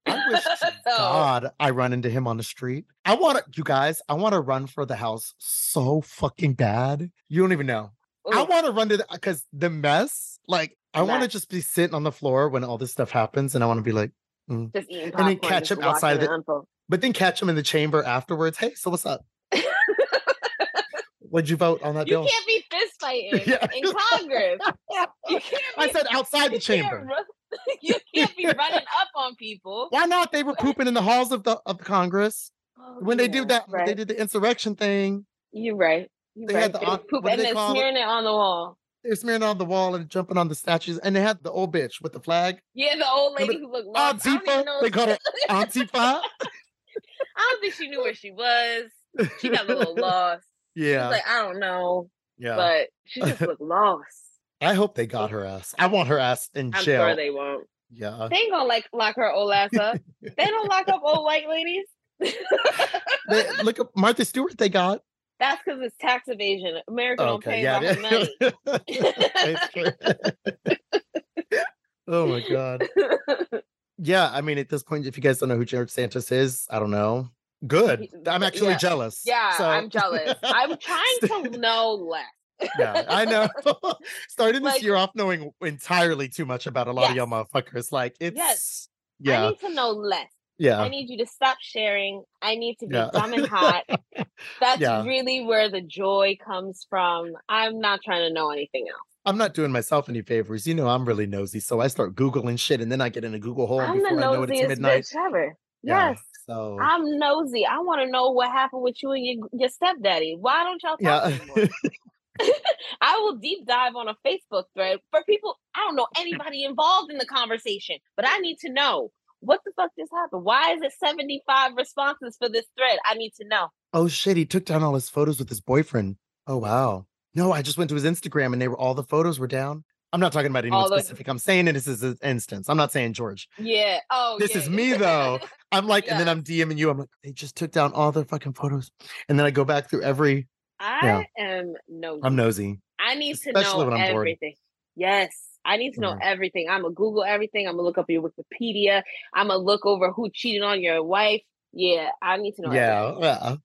A: I wish to
B: So-
A: God I run into him on the street. I want to, you guys, I want to run for the house so fucking bad. You don't even know. I
B: Ooh.
A: want to run to because the, mess, like, I want to
B: Mess.
A: just be sitting on the floor when all this stuff happens and I want to be like, mm.
B: just
A: then
B: eating popcorn
A: catch
B: just
A: him outside of
B: watching
A: the-
B: it unfold.
A: but then catch him in the chamber afterwards. Hey, so what's up? Would you vote on that
B: You
A: bill?
B: can't be fist fighting
A: Yeah.
B: in Congress. You can't
A: I
B: be-
A: said outside the
B: you can't
A: chamber.
B: ru- you can't be running up on people.
A: Why not? They were pooping in the halls of the of the Congress
B: Oh,
A: when they
B: yeah,
A: did that.
B: Right.
A: They did the insurrection thing.
B: You're right. You're
A: They
B: right.
A: had the
B: They
A: on- what
B: poop
A: do
B: and
A: they
B: then
A: call it?
B: smearing it on the wall.
A: they were smearing on the wall and jumping on the statues. And they had the old bitch with the flag.
B: Yeah, the old
A: Remember
B: lady who looked lost. I don't even
A: Antifa.
B: know.
A: They called her Antifa.
B: I don't think she knew where she was. She got a little lost. She
A: yeah.
B: was like, I don't know,
A: yeah.
B: but she just looked lost.
A: I hope they got her ass. I want her ass in
B: oh. I'm
A: jail.
B: sure they won't.
A: yeah.
B: They ain't gonna like lock her old ass up. they don't lock up old white ladies.
A: They- look up Martha Stewart, they got.
B: That's because it's tax evasion. America don't
A: okay.
B: pay
A: Yeah.
B: about her money.
A: That's true. oh my God. Yeah. I mean, at this point, if you guys don't know who George Santos is, I don't know. Good. I'm actually
B: Yeah.
A: jealous.
B: yeah,
A: So-
B: I'm jealess. I'm trying to know less.
A: yeah, I know. Starting this
B: Like-
A: year off knowing entirely too much about a lot of y'all motherfuckers. Like it's
B: I
A: yeah,
B: need to know less.
A: yeah.
B: I need you to stop sharing. I need to be
A: Yeah.
B: dumb and hot. That's
A: Yeah.
B: really where the joy comes from. I'm not trying to know anything else.
A: I'm not doing myself any favors. You know, I'm really nosy. So I start Googling shit and then I get in a Google hole and
B: I'm the
A: before I know it, it's
B: nosiest
A: midnight.
B: bitch ever.
A: Yeah,
B: Yes.
A: So
B: I'm nosy. I want to know what happened with you and your, your stepdaddy. Why don't y'all talk
A: yeah.
B: anymore? I will deep dive on a Facebook thread for people. I don't know anybody involved in the conversation, but I need to know what the fuck just happened. Why is it 75 responses for this thread? I need to know.
A: oh shit, he took down all his photos with his boyfriend. Oh wow. No, I just went to his Instagram and they were all the photos were down. I'm not talking about anyone
B: All the-
A: specific. I'm saying it as an instance. I'm not saying George.
B: Yeah. Oh,
A: This
B: yeah.
A: is me, though. I'm like, and then
B: Yeah.
A: I'm DMing you. I'm like, they just took down all their fucking photos. And then I go back through every
B: I am nosy.
A: I'm nosy.
B: I need to
A: especially
B: know
A: when I'm bored.
B: everything. Yes. I need to know
A: Mhm.
B: everything. I'm gonna Google everything. I'm gonna look up your Wikipedia. I'm gonna look over who cheated on your wife. Yeah, I need to know.
A: Yeah. yeah.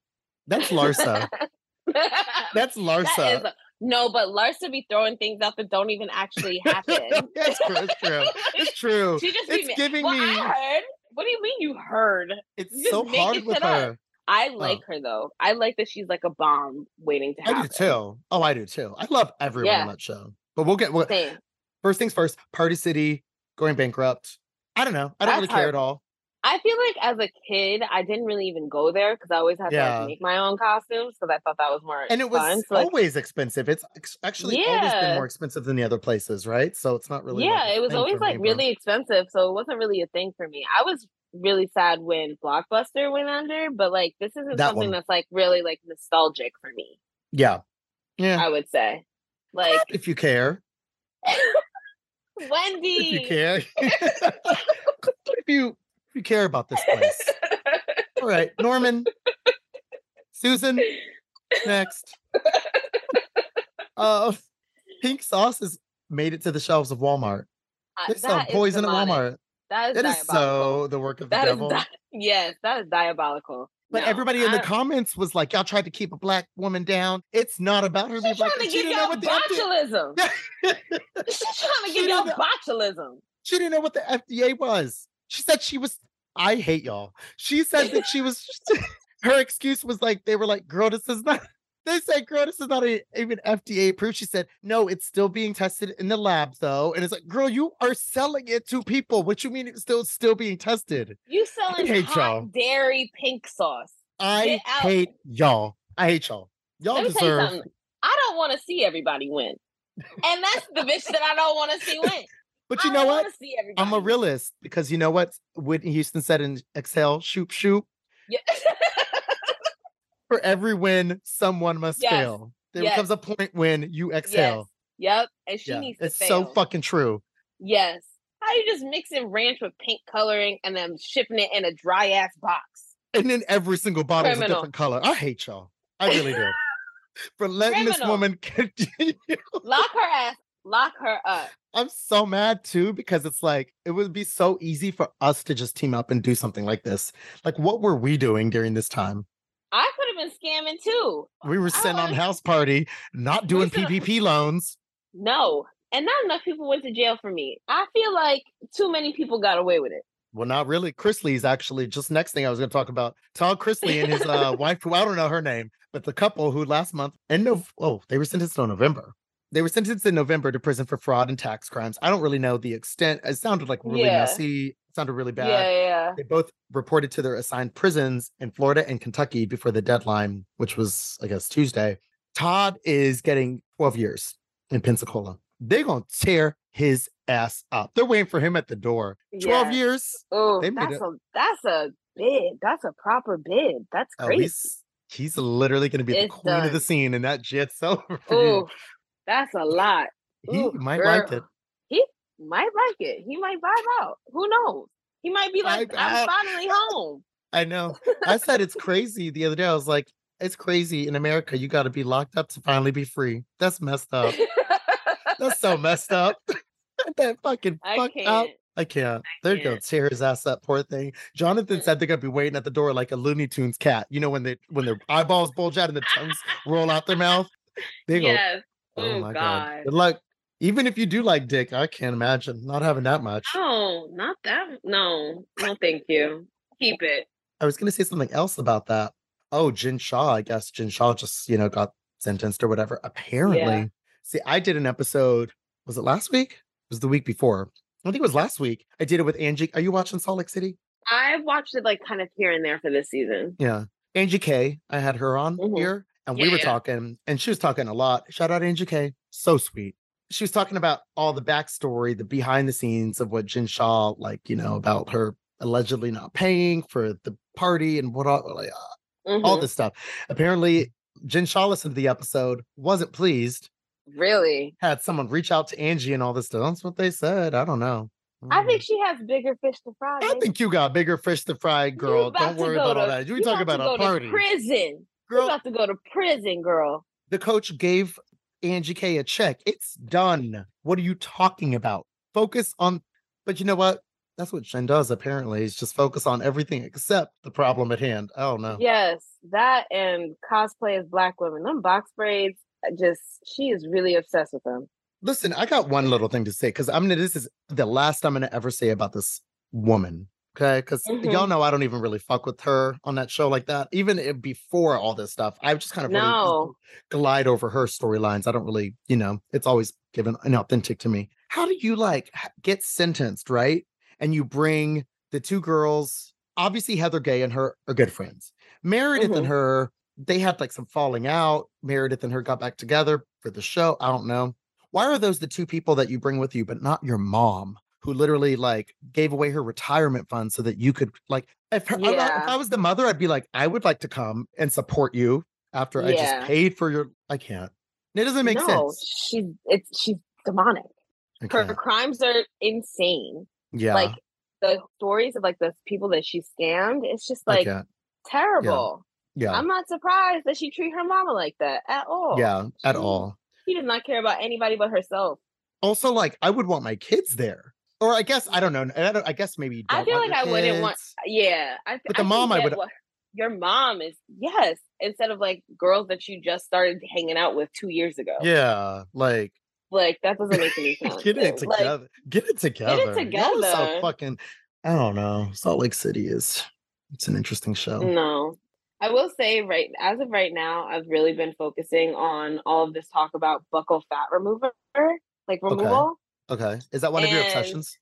A: That's Larsa.
B: everything.
A: That's Larsa.
B: That is a- no, but Larsa be throwing things out that don't even actually happen.
A: That's true. It's true. It's true.
B: she just
A: It's
B: be,
A: giving
B: well,
A: me.
B: I heard. What do you mean you heard? you
A: It's
B: just
A: so
B: making
A: hard with
B: shit up.
A: her.
B: I like her though. I like that she's like a bomb waiting to
A: I
B: happen.
A: do too. Oh, I do too. I love everyone
B: Yeah.
A: on that show. But we'll get we'll,
B: Same.
A: first things first. Party City going bankrupt. I don't know. I don't
B: That's
A: really care at all.
B: I feel like as a kid, I didn't really even go there because I always had to
A: Yeah.
B: like, make my own costumes because I thought that was more
A: and it was
B: fun. So, like,
A: always expensive. It's ex- actually always been
B: Yeah.
A: more expensive than the other places, right? So it's not really. like,
B: yeah,
A: a
B: it was
A: thing
B: always
A: for
B: like
A: me, bro.
B: really expensive, so it wasn't really a thing for me. I was really sad when Blockbuster went under, but like this isn't
A: That one.
B: something that's like really like nostalgic for me.
A: Yeah, yeah.
B: I would say, like
A: if you care, if you
B: Wendy.
A: care, if you if you care about this place. All right, Norman, Susan, next. Uh, pink sauce has made it to the shelves of Walmart.
B: Uh,
A: There's some
B: that is
A: um, poison at
B: demonic.
A: Walmart.
B: That is,
A: It is
B: diabolical.
A: so the work of the
B: That is
A: devil.
B: di- yes, that is diabolical.
A: But
B: No,
A: everybody in the
B: I-
A: comments was like, "Y'all tried to keep a black woman down. It's not about her being
B: She's
A: black.
B: trying
A: and
B: to
A: She
B: give
A: didn't know
B: y'all
A: what the FDA,
B: botulism. She's trying
A: She
B: to give y'all
A: didn't know-
B: botulism.
A: she didn't know what the FDA was. She said she was. I hate y'all. She said that she was. her excuse was like they were like, "Girl, this is not." They said, "Girl, this is not e- even FDA approved." She said, "No, it's still being tested in the lab, though." And it's like, "Girl, you are selling it to people. What you mean it's still still being tested?"
B: You selling
A: hate
B: hot
A: y'all.
B: dairy pink sauce.
A: I
B: Get out.
A: hate y'all. I hate y'all. Y'all
B: Let me tell you
A: deserve.
B: something. I don't want to see everybody win. And that's the bitch that I don't want to see win.
A: But
B: I
A: you know
B: don't
A: what?
B: wanna See everybody
A: I'm a
B: win.
A: realist because you know what Whitney Houston said in Excel, shoop shoop.
B: Yeah.
A: For every win, someone must
B: Yes.
A: fail. There
B: Yes.
A: comes a point when you
B: yes.
A: exhale.
B: Yep. And she
A: Yeah,
B: needs to
A: It's so
B: fail.
A: fucking true.
B: Yes. How you just mixing ranch with pink coloring and then shipping it in a dry ass box?
A: And then every single bottle is a
B: Criminal.
A: different color. I hate y'all. I really do. For letting this
B: Criminal.
A: woman continue.
B: Lock her ass. Lock her up.
A: I'm so mad too because it's like it would be so easy for us to just team up and do something like this. Like, what were we doing during this time?
B: I could have been scamming too.
A: We were
B: I
A: sitting on
B: wanna-
A: house party, not doing
B: Listen-
A: PPP loans.
B: No. And not enough people went to jail for me. I feel like too many people got away with it.
A: Well, not really. Chris Lee's actually just next thing I was going to talk about. Todd Chris Lee and his uh, wife, who I don't know her name, but the couple who last month in Nov oh, they were sentenced in November. They were sentenced in November to prison for fraud and tax crimes. I don't really know the extent. It sounded like really
B: Yeah.
A: messy. It sounded really bad.
B: Yeah, yeah.
A: They both reported to their assigned prisons in Florida and Kentucky before the deadline, which was, I guess, Tuesday. Todd is getting 12 years in Pensacola. They're going to tear his ass up. They're waiting for him at the door. 12
B: yeah.
A: years.
B: Oh,
A: They made
B: that's
A: it-
B: a that's a bid. That's a proper bid. That's
A: At
B: crazy.
A: least Oh, he's literally going to be the
B: It's
A: queen of the
B: done.
A: scene, and that jet's over.
B: Oh,
A: For
B: that's a lot.
A: you. He
B: Ooh,
A: might like
B: girl.
A: it.
B: He might like it. He might vibe out. Who knows? He might be like,
A: Vibe
B: I'm
A: out.
B: finally home.
A: I know. I said it's crazy the other day. I was like, it's crazy in America. You got to be locked up to finally be free. That's messed up. That's so messed up. that fucking
B: I
A: fucked up.
B: can't.
A: I can't. There you go.
B: can't.
A: Tear his ass up. Poor thing. Jonathan said they're gonna be waiting at the door like a Looney Tunes cat. You know when they when their eyeballs bulge out and the tongues roll out their mouth. They go.
B: Yes.
A: Oh,
B: Oh,
A: my god.
B: God.
A: Good luck. Even if you do like dick, I can't imagine not having that much.
B: No, not that. No, no, thank you. Keep it.
A: I was gonna say something else about that. Oh, Jin Shaw. I guess Jin Shaw just you know got sentenced or whatever. Apparently, see, I did an episode. Was it last week? It was the week before. I think it was last week. I did it with Angie. Are you watching Salt Lake City?
B: I watched it like kind of here and there for this season.
A: Yeah. Angie K, I had her on
B: Mhm.
A: here and we
B: Yeah,
A: were
B: yeah.
A: talking and she was talking a lot. Shout out Angie K. So sweet. She was talking about all the backstory, the behind the scenes of what Jin Shaw, like, you know, about her allegedly not paying for the party and what all, like, all
B: Mhm.
A: this stuff. Apparently, Jin Shaw listened to the episode, wasn't pleased,
B: Mm-hmm. Really?
A: had someone reach out to Angie and all this stuff. That's what they said. I don't know.
B: I
A: Mm.
B: think she has bigger fish to fry.
A: I
B: baby.
A: think you got bigger fish to fry,
B: You
A: girl.
B: about
A: Don't
B: to
A: worry
B: go
A: about all
B: to-
A: that. You
B: you
A: talk
B: about
A: about
B: to
A: a
B: go to
A: party.
B: prison.
A: Girl,
B: you about to go to prison, girl.
A: the coach gave Angie K a check. It's done. What are you talking about? Focus on, but you know what? That's what Jen does apparently, is just focus on everything except the problem at hand. Oh, I don't know.
B: Yes, that and cosplay as black women. Them box braids, I just she is really obsessed with them.
A: Listen, I got one little thing to say because I'm gonna, this is the last I'm gonna ever say about this woman. Okay. because
B: Mhm.
A: y'all know I don't even really fuck with her on that show like that. Even if, before all this stuff, I've just kind of really just
B: No,
A: glide over her storylines. I don't really, you know, it's always given inauthentic to me. How do you like h- get sentenced, right? And you bring the two girls obviously Heather Gay and her are good friends. Meredith
B: Mhm.
A: and her, they had like some falling out. Meredith and her got back together for the show. I don't know. Why are those the two people that you bring with you, but not your mom, who literally like gave away her retirement fund so that you could like if, her, I- I-
B: Yeah.
A: if I was the mother, I'd be like, I would like to come and support you after I
B: Yeah.
A: just paid for your I can't. It doesn't make
B: no,
A: sense.
B: she's it's she's demonic.
A: I
B: Her
A: can't.
B: crimes are insane.
A: Yeah.
B: Like the stories of like the people that she scammed, it's just
A: I
B: like
A: can't.
B: terrible.
A: Yeah.
B: I'm not surprised that she treat her mama like that at all.
A: yeah. At
B: she-
A: all.
B: She does not care about anybody but herself.
A: also like I would want my kids there, or I guess I don't know. I, don't, I guess maybe you
B: I
A: don't
B: feel
A: want
B: like
A: your
B: I wouldn't want-
A: kids.
B: Yeah. I,
A: But the mom I
B: get
A: would-
B: what- your mom is yes, instead of like girls that you just started hanging out with two years ago.
A: Yeah, like
B: Like that doesn't make any sense.
A: get it
B: Like,
A: together. get it together. Y'all are so
B: together.
A: fucking. I don't know. Salt Lake City is. It's an interesting show.
B: No. I will say right as of right now, I've really been focusing on all of this talk about buckle fat remover, like removal.
A: Okay, is that one of your
B: And-
A: obsessions?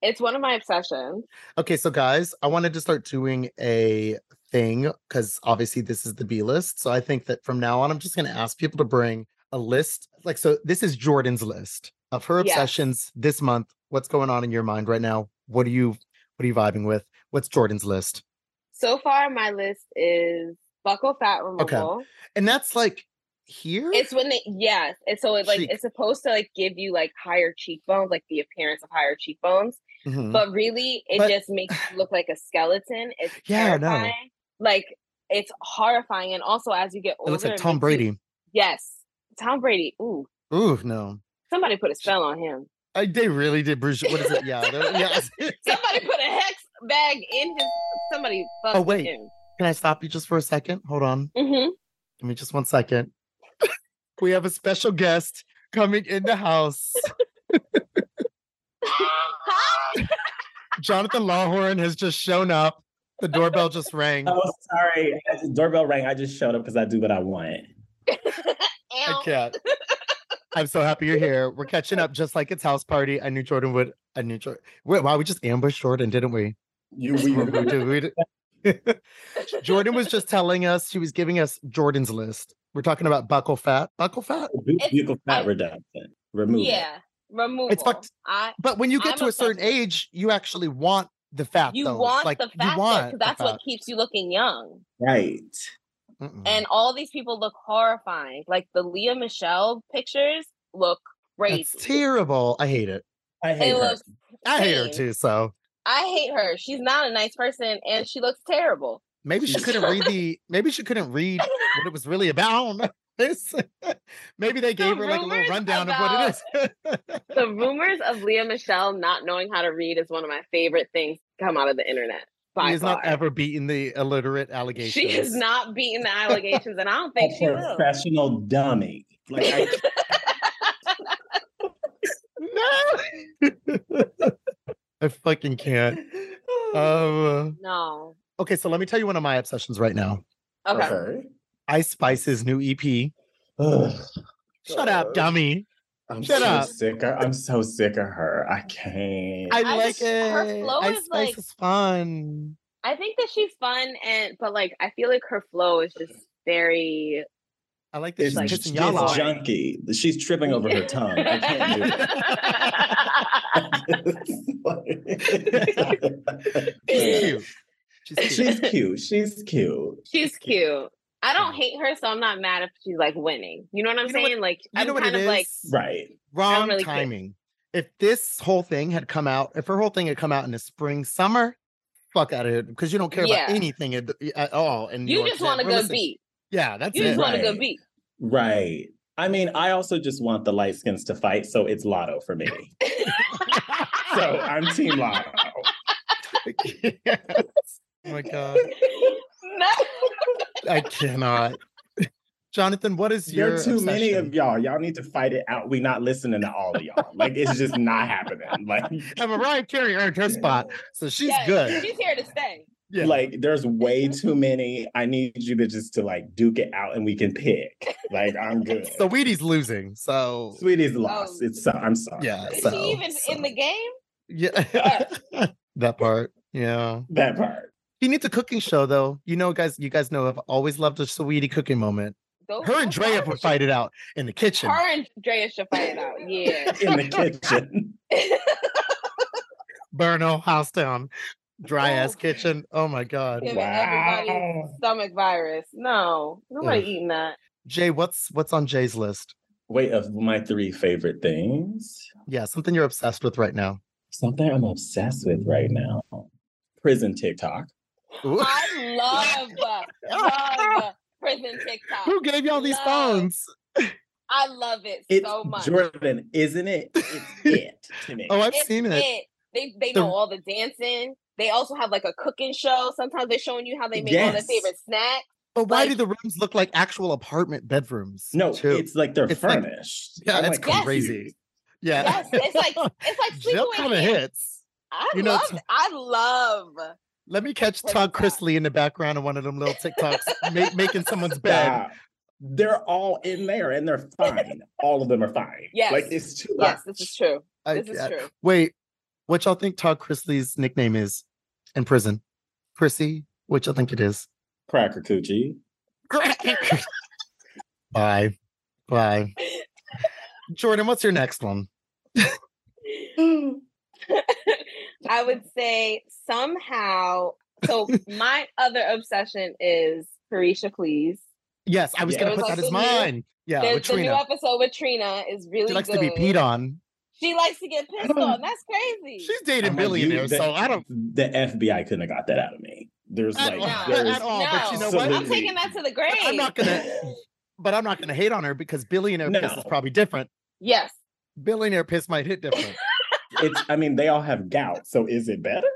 B: It's one of my obsessions.
A: Okay, so guys, I wanted to start doing a thing because obviously this is the B list. So I think that from now on, I'm just going to ask people to bring a list. Like, so this is Jordan's list of her
B: Yes.
A: obsessions this month. What's going on in your mind right now? What are you, what are you vibing with? What's Jordan's list?
B: So far, my list is buckle fat removal.
A: And that's like here.
B: It's when they yes, and so it like
A: Cheek.
B: it's supposed to like give you like higher cheekbones, like the appearance of higher cheekbones,
A: Mhm.
B: but really it
A: But-
B: just makes you look like a skeleton. It's
A: Yeah, I know.
B: terrifying. Like it's horrifying, and also as you get older,
A: it looks like
B: it
A: Tom
B: makes you-
A: Brady.
B: yes, Tom Brady. Ooh,
A: Ooh, no.
B: somebody put a spell on him.
A: I, they really did. Bruce, what is it? Yeah. they're- yeah.
B: Somebody put a hex bag in his. Somebody. Fucked
A: Oh, wait.
B: Him.
A: Can I stop you just for a second? Hold on.
B: hmm
A: Give me just one second. we have a special guest coming in the house. Jonathan Lawhorn has just shown up. The doorbell just rang.
C: Oh, sorry. I just- Doorbell rang. I just showed up because I do what I want.
A: I can't. I'm so happy you're here. We're catching up just like it's house party. I knew Jordan would. I knew Jordan. Wait, wow, we just ambushed Jordan, didn't we?
C: You, we
A: We
C: were
A: did- we did- Jordan was just telling us, she was giving us Jordan's list. We're talking about buckle fat. Buckle fat.
C: buccal fat
B: I-
C: reduction. Remove. it.
B: yeah. Removal.
A: fucked.
B: I.
A: But when you get
B: I'm
A: to a certain
B: obsessed with it.
A: age, you actually want the fat.
B: You
A: though.
B: want
A: like,
B: the
A: you
B: fat
A: want
B: because
A: the
B: that's
A: fat.
B: what keeps you looking young.
C: Right.
A: Mm-mm.
B: And all these people look horrifying. Like the Leah Michelle pictures look crazy.
A: That's terrible. I hate it.
C: I hate
B: It
C: her.
B: looks.
A: I hate her
B: Same.
A: too. So
B: I hate her. She's not a nice person, and she looks terrible.
A: maybe she couldn't read the. Maybe she couldn't read what it was really about. I don't know. It's- maybe they gave her like a little
B: rumors
A: rundown of what it is.
B: the rumors of Leah Michelle not knowing how to read is one of my favorite things to come out of the internet. By
A: She has not
B: far.
A: ever beaten the illiterate allegations.
B: She has not beaten the allegations, and I don't
C: a
B: think she will.
C: professional dummy. Like I,
A: No. I fucking can't.
C: Uh,
A: Um,
B: no.
A: okay, so let me tell you one of my obsessions right now.
B: Okay.
C: okay.
A: Ice Spice's new EP.
C: Ugh.
A: Shut up,
C: God.
A: dummy.
C: I'm
A: Shut
C: so
A: up.
C: sick. Of, I'm so sick of her. I can't.
A: I,
B: I
A: like
B: just-
A: it.
B: her flow
A: Ice
B: is,
A: Spice
B: like-
A: is fun.
B: I think that she's fun, and but like I feel like her flow is just very.
A: I like that
C: it's
A: she's
C: like
B: like
C: she's
A: kissing y'all off.
C: junky. She's tripping over her tongue. I can't do
A: She's
C: it.
A: cute. She's cute.
C: She's cute. She's cute.
B: she's cute. I don't
A: Yeah.
B: hate her, so I'm not mad if she's like winning. You know what I'm
A: You know what-
B: saying? like
A: you know what it
B: kind
A: is?
B: of like
C: Right.
A: Wrong
B: really care.
A: timing. If this whole thing had come out, if her whole thing had come out in the spring, summer, fuck out of here because you don't care
B: Yeah.
A: about anything at, at all. And
B: you just want a good beat.
A: Yeah, that's
B: You
A: it.
B: just want a good
C: Right.
B: beat.
C: Right. I mean, I also just want the light skins to fight, so it's Lotto for me. So I'm Team Lotto.
A: Yes. Oh my god,
B: No.
A: I cannot. Jonathan, what is your
C: There are too many
A: obsession?
C: of y'all. Y'all need to fight it out. we not listening to all of y'all. Like it's just not happening. Like,
A: And Mariah Carey earned her spot, so she's
B: Yes,
A: good.
B: She's here to stay.
A: Yeah.
C: like there's way too many. I need you to just to like duke it out and we can pick. Like I'm good.
A: so Weedy's losing. So
C: Sweetie's lost. It's so, I'm sorry.
A: Yeah,
B: Is
A: so-
B: she even in the game?
A: yeah, that part. Yeah.
C: that part.
A: She needs a cooking show though. You know, guys, you guys know I've always loved a sweetie cooking moment.
B: Go-
A: Her and
B: go
A: Drea
B: for
A: would
B: it.
A: fight it out in the kitchen.
B: Oh, Her and Drea should fight it out. Yeah.
C: in the kitchen.
A: Burn her house down. Dry ass
B: Oh.
A: kitchen. Oh my god.
B: Giving everybody-
C: Wow.
B: Stomach virus. No, nobody
A: Ugh.
B: eating that.
A: Jay, what's what's on Jay's list?
C: Wait, of my three favorite things,
A: Yeah, something you're obsessed with right now.
C: something I'm obsessed with right now prison TikTok.
A: Ooh.
B: I love, love prison TikTok.
A: Who gave y'all these
B: Love.
A: phones?
B: I love it
C: It's
B: so much.
C: Jordan, isn't it? It's it to me.
A: Oh, I've
B: It's
A: seen it.
B: it. They they
A: The-
B: know all the dancing. They also have like a cooking show. Sometimes they're showing you how they make all their
C: Yes.
B: favorite snacks.
A: But Oh, why
B: Like-
A: do the rooms look like actual apartment bedrooms?
C: no,
A: too?
C: it's like they're
A: It's like-
C: furnished.
A: yeah,
C: I'm
A: it's
C: like,
B: yes.
A: crazy. Yeah.
B: Yes, it's like it's like
A: Jill
B: sleepaway
A: kind of
B: camp.
A: hits.
B: I
A: You know,
B: love.
A: it's-
B: I love.
A: Let me catch
B: What is
A: Todd
B: that?
A: Chrisley in the background of one of them little TikToks ma- making someone's bed.
C: Stop. They're all in there and they're fine. all of them are fine.
B: Yes.
C: Like it's too much.
B: Yes, this is true.
A: I-
B: This is
A: I-
B: true.
A: Wait, what y'all think Todd Chrisley's nickname is in prison? Chrissy, what y'all think it is?
C: Cracker coochie.
A: Bye. Bye. Jordan, what's your next one?
B: I would say somehow. So my other obsession is Carisha, please.
A: Yes, I was
C: Yeah.
A: going
C: It
A: to
C: was
A: put
B: like
A: that as
B: the new-
A: mine. Yeah,
B: There's
A: with
B: the new
A: Trina.
B: episode with Trina is really
A: She likes
B: good.
A: to be peed on.
B: She likes to get pissed on. That's crazy.
A: She's
C: I'm
A: dating
C: like, you-
A: billionaires,
C: the-
A: so I don't.
C: The FBI couldn't have got that out of me. There's
A: At
C: like
B: all.
C: there's
A: At all, but you know
C: what?
B: I'm taking that to the grave.
A: I'm not gonna, but I'm not gonna hate on her because billionaire piss is
C: No.
A: probably different.
B: Yes.
A: Billionaire piss might hit different.
C: it's I mean, they all have gout, so is it better?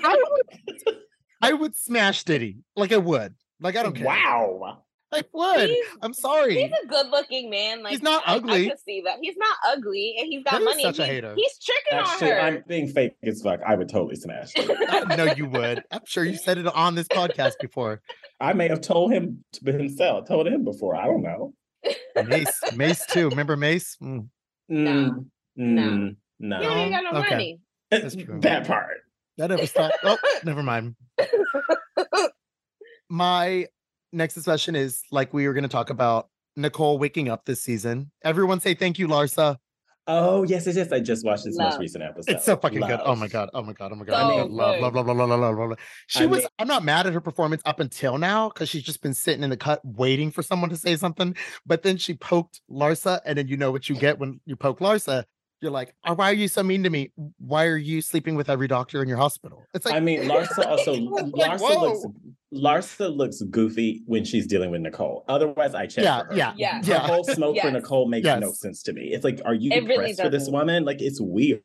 A: I would, I would smash Diddy, like I would, like I don't care.
C: wow.
A: I would.
B: He's-
A: I'm
B: He's
A: sorry.
B: a good looking man. Like
A: He's not
B: I- I,
A: ugly.
B: can see that. He's not ugly and he's got
A: That is
B: money. and
A: such a
B: he-
A: hater.
B: He's tricking
C: That
B: on
C: shit,
B: her.
C: I'm being fake as fuck. I would totally smash it.
A: I know you would. I'm sure you said it on this podcast before.
C: I may have told him to himself, told him before. I don't know.
A: Mace, Mace too. Remember Mace? Mm.
B: No.
C: Mm, mm, no.
B: You ain't got no
A: Okay.
B: money.
A: That's true.
C: that part.
A: That never stopped. Oh, never mind. My next discussion is like we were going to talk about Nicole waking up this season. Everyone say thank you, Larsa.
C: Oh yes, yes, yes. I just watched this
B: Love.
C: most recent episode.
A: It's so fucking good. Oh
C: Love.
A: my god. Oh my god. Oh my god.
B: So
A: I mean, love,
B: good.
A: love, love, love, love, love, love, love, love. She
C: I
A: was.
C: mean-
A: I'm not mad at her performance up until now because she's just been sitting in the cut waiting for someone to say something. But then she poked Larsa, and then you know what you get when you poke Larsa. You're like, "Oh, why are you so mean to me? Why are you sleeping with every doctor in your hospital? It's like,
C: I mean, Larsa also
A: Like,
C: Larsa looks Larsa looks goofy when she's dealing with Nicole. Otherwise, I check
A: yeah,
C: for her.
A: yeah,
B: Yeah.
C: The whole smoke for
B: Yes.
C: Nicole makes no
A: Yes.
C: sense to me. It's like, are you
B: It really
C: depressed for this
B: doesn't.
C: woman? Like, it's weird.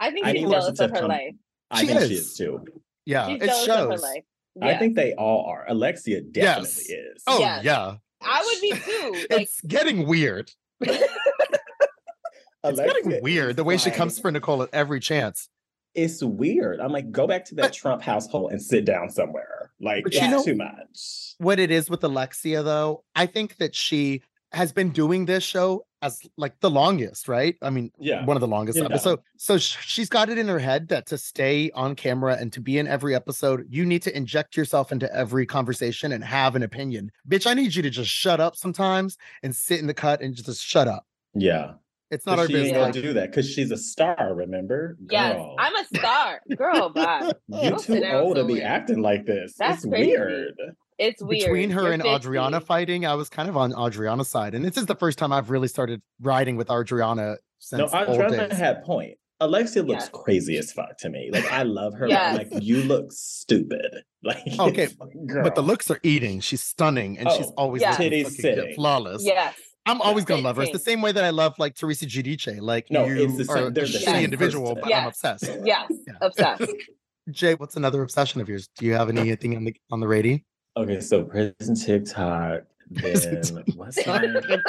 B: I think
C: I
B: she's
C: need
B: jealous
C: Larsa to
B: of her
C: come-
B: life.
C: I
A: She
C: think she
A: is.
C: is too.
A: yeah.
B: she's
A: it
B: jealous of her
A: shows.
B: life.
C: I
B: Yeah.
C: think they all are. Alexia definitely
A: Yes.
C: is.
A: Oh
B: Yes.
A: yeah,
B: I would be too. Like
A: it's getting weird. It's
C: Alexia
A: getting weird the
C: is
A: way she
C: like-
A: comes for Nicole at every chance.
C: It's weird. I'm like, go back to that
A: But-
C: Trump household and sit down somewhere. Like,
A: But
C: it's
A: you know-
C: too much.
A: what it is with Alexia though, I think that she has been doing this show as like the longest, right? I mean,
C: Yeah.
A: one of the longest.
C: Yeah.
A: So so sh- she's got it in her head that to stay on camera and to be in every episode, you need to inject yourself into every conversation and have an opinion. Bitch, I need you to just shut up sometimes and sit in the cut and just shut up.
C: Yeah.
A: It's not
C: But
A: our
C: she ain't
A: business.
C: gonna
B: like-
C: do that because she's a star. Remember?
B: yes,
C: Girl,
B: I'm a star. Girl, bye.
C: you
B: Don't sit
C: too
B: down
C: old to be
B: somewhere.
C: acting like this.
B: That's
C: it's
B: crazy.
C: weird.
B: It's weird.
A: Between her
B: You're
A: and Adriana
B: 50.
A: fighting, I was kind of on Adriana's side, and this is the first time I've really started riding with Adriana
C: No,
A: since old
C: Adriana
A: days.
C: had point. Alexia looks
B: Yes.
C: crazy as fuck to me. Like I love her.
B: Yes.
C: But, like you look stupid. Like it's
A: Okay,
C: like, girl.
A: But the looks are eating. She's stunning, and she's
C: Oh,
A: always
B: yeah.
A: looking
C: Titties
A: fucking
C: sitting.
A: flawless.
B: Yes.
A: I'm always gonna
B: Same
A: love her. It's the
B: thing.
A: same way that I love like Teresa Giudice. Like
C: No,
A: you
C: it's the same-
A: are a
C: they're the
A: shitty
B: same
A: individual,
C: person.
A: but I'm
B: Yes.
A: obsessed.
B: Yes.
A: Yeah.
B: Obsessed.
A: Jay, what's another obsession of yours? Do you have anything on the on the radio?
C: okay, so prison TikTok. Then
A: Prison
C: what's that?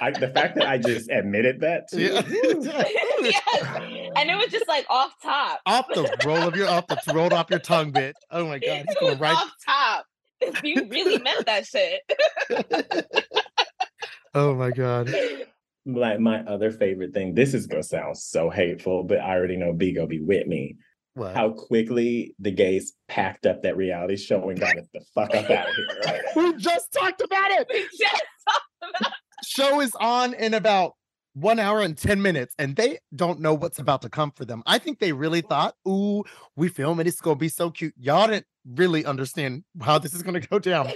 C: I, the fact that I just admitted that to
B: yes. And it was just like off top.
A: off the roll of your off the rolled off your tongue, bitch. Oh my god, he's
B: it
A: going
B: was
A: right.
B: off top. You really meant that shit.
A: Oh my god.
C: like my other favorite thing. This is gonna sound so hateful, but I already know B gonna be with me.
A: What?
C: how quickly the gays packed up that reality show and got it the fuck up out of here. right?
A: we just talked about it.
B: Yes.
A: Show is on in about one hour and 10 minutes, and they don't know what's about to come for them. I think they really thought, ooh, we film it. It's going to be so cute. Y'all didn't really understand how this is going to go down.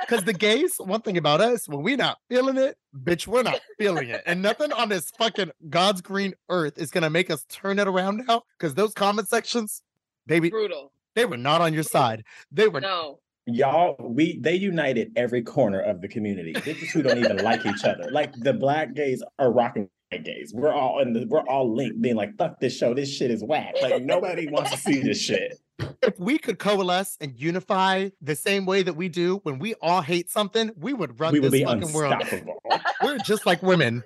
A: Because the gays, one thing about us, when we're not feeling it, bitch, we're not feeling it. And nothing on this fucking God's green earth is going to make us turn it around now. Because those comment sections, baby,
B: Brutal.
A: they were not on your side. They were
B: No.
C: Y'all, we they united every corner of the community. Bitches who don't even like each other. Like the black gays are rocking white gays. We're all in the, we're all linked, being like, fuck this show, this shit is whack. Like nobody wants to see this shit.
A: if we could coalesce and unify the same way that we do when we all hate something, we would run
C: we will
A: this
C: be
A: fucking world.
C: unstoppable.
A: We're just like women.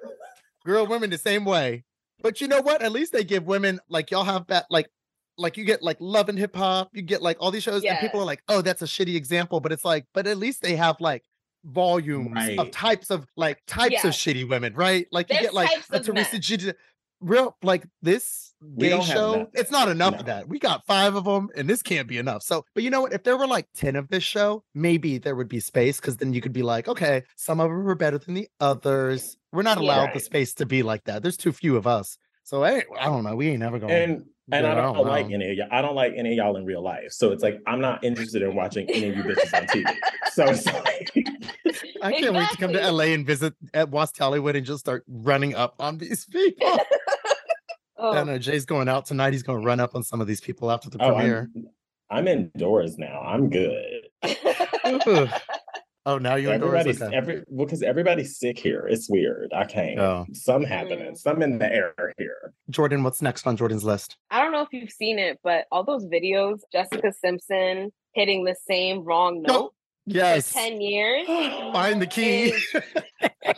A: Girl, women the same way. But you know what? At least they give women like y'all have that like like you get like love and hip hop, you get like all these shows, and people are like, oh, that's a shitty example. But it's like, but at least they have like volumes of
C: Right.
A: types of like types of
B: Yes.
A: shitty women, right? Like you
B: There's
A: get like
B: types
A: a
B: of men.
A: Teresa Gigi, real like this
C: We
A: gay
C: don't have
A: show,
C: nothing.
A: it's not enough
C: No.
A: of that. We got five of them, and this can't be enough. So, but you know what? If there were like 10 of this show, maybe there would be space because then you could be like, okay, some of them are better than the others. We're not
B: Yeah.
A: allowed the
C: Right.
A: space to be like that. There's too few of us. So, hey, I don't know. We ain't never going.
C: And and I
A: Girl, I
C: don't,
A: don't
C: like
A: know.
C: any of y'all. I don't like any of y'all in real life. So it's like I'm not interested in watching any of you bitches on TV. So it's like
A: I can't wait to come to
B: Exactly.
A: LA and visit at West Hollywood and just start running up on these people. I
B: Oh,
A: don't know. Jay's going out tonight. He's going to run up on some of these people after the
C: oh,
A: premiere.
C: I'm, I'm indoors now. I'm good.
A: Ugh. oh, now you're indoors.
C: Everybody's
A: Okay.
C: every well, because everybody's sick here. It's weird. I can't.
A: Oh.
C: Some happening,
B: Mm.
C: some in the air here.
A: Jordan, what's next on Jordan's list?
B: I don't know if you've seen it, but all those videos, Jessica Simpson hitting the same wrong note
A: Nope. Yes.
B: for 10 years.
A: Find the key.
B: is-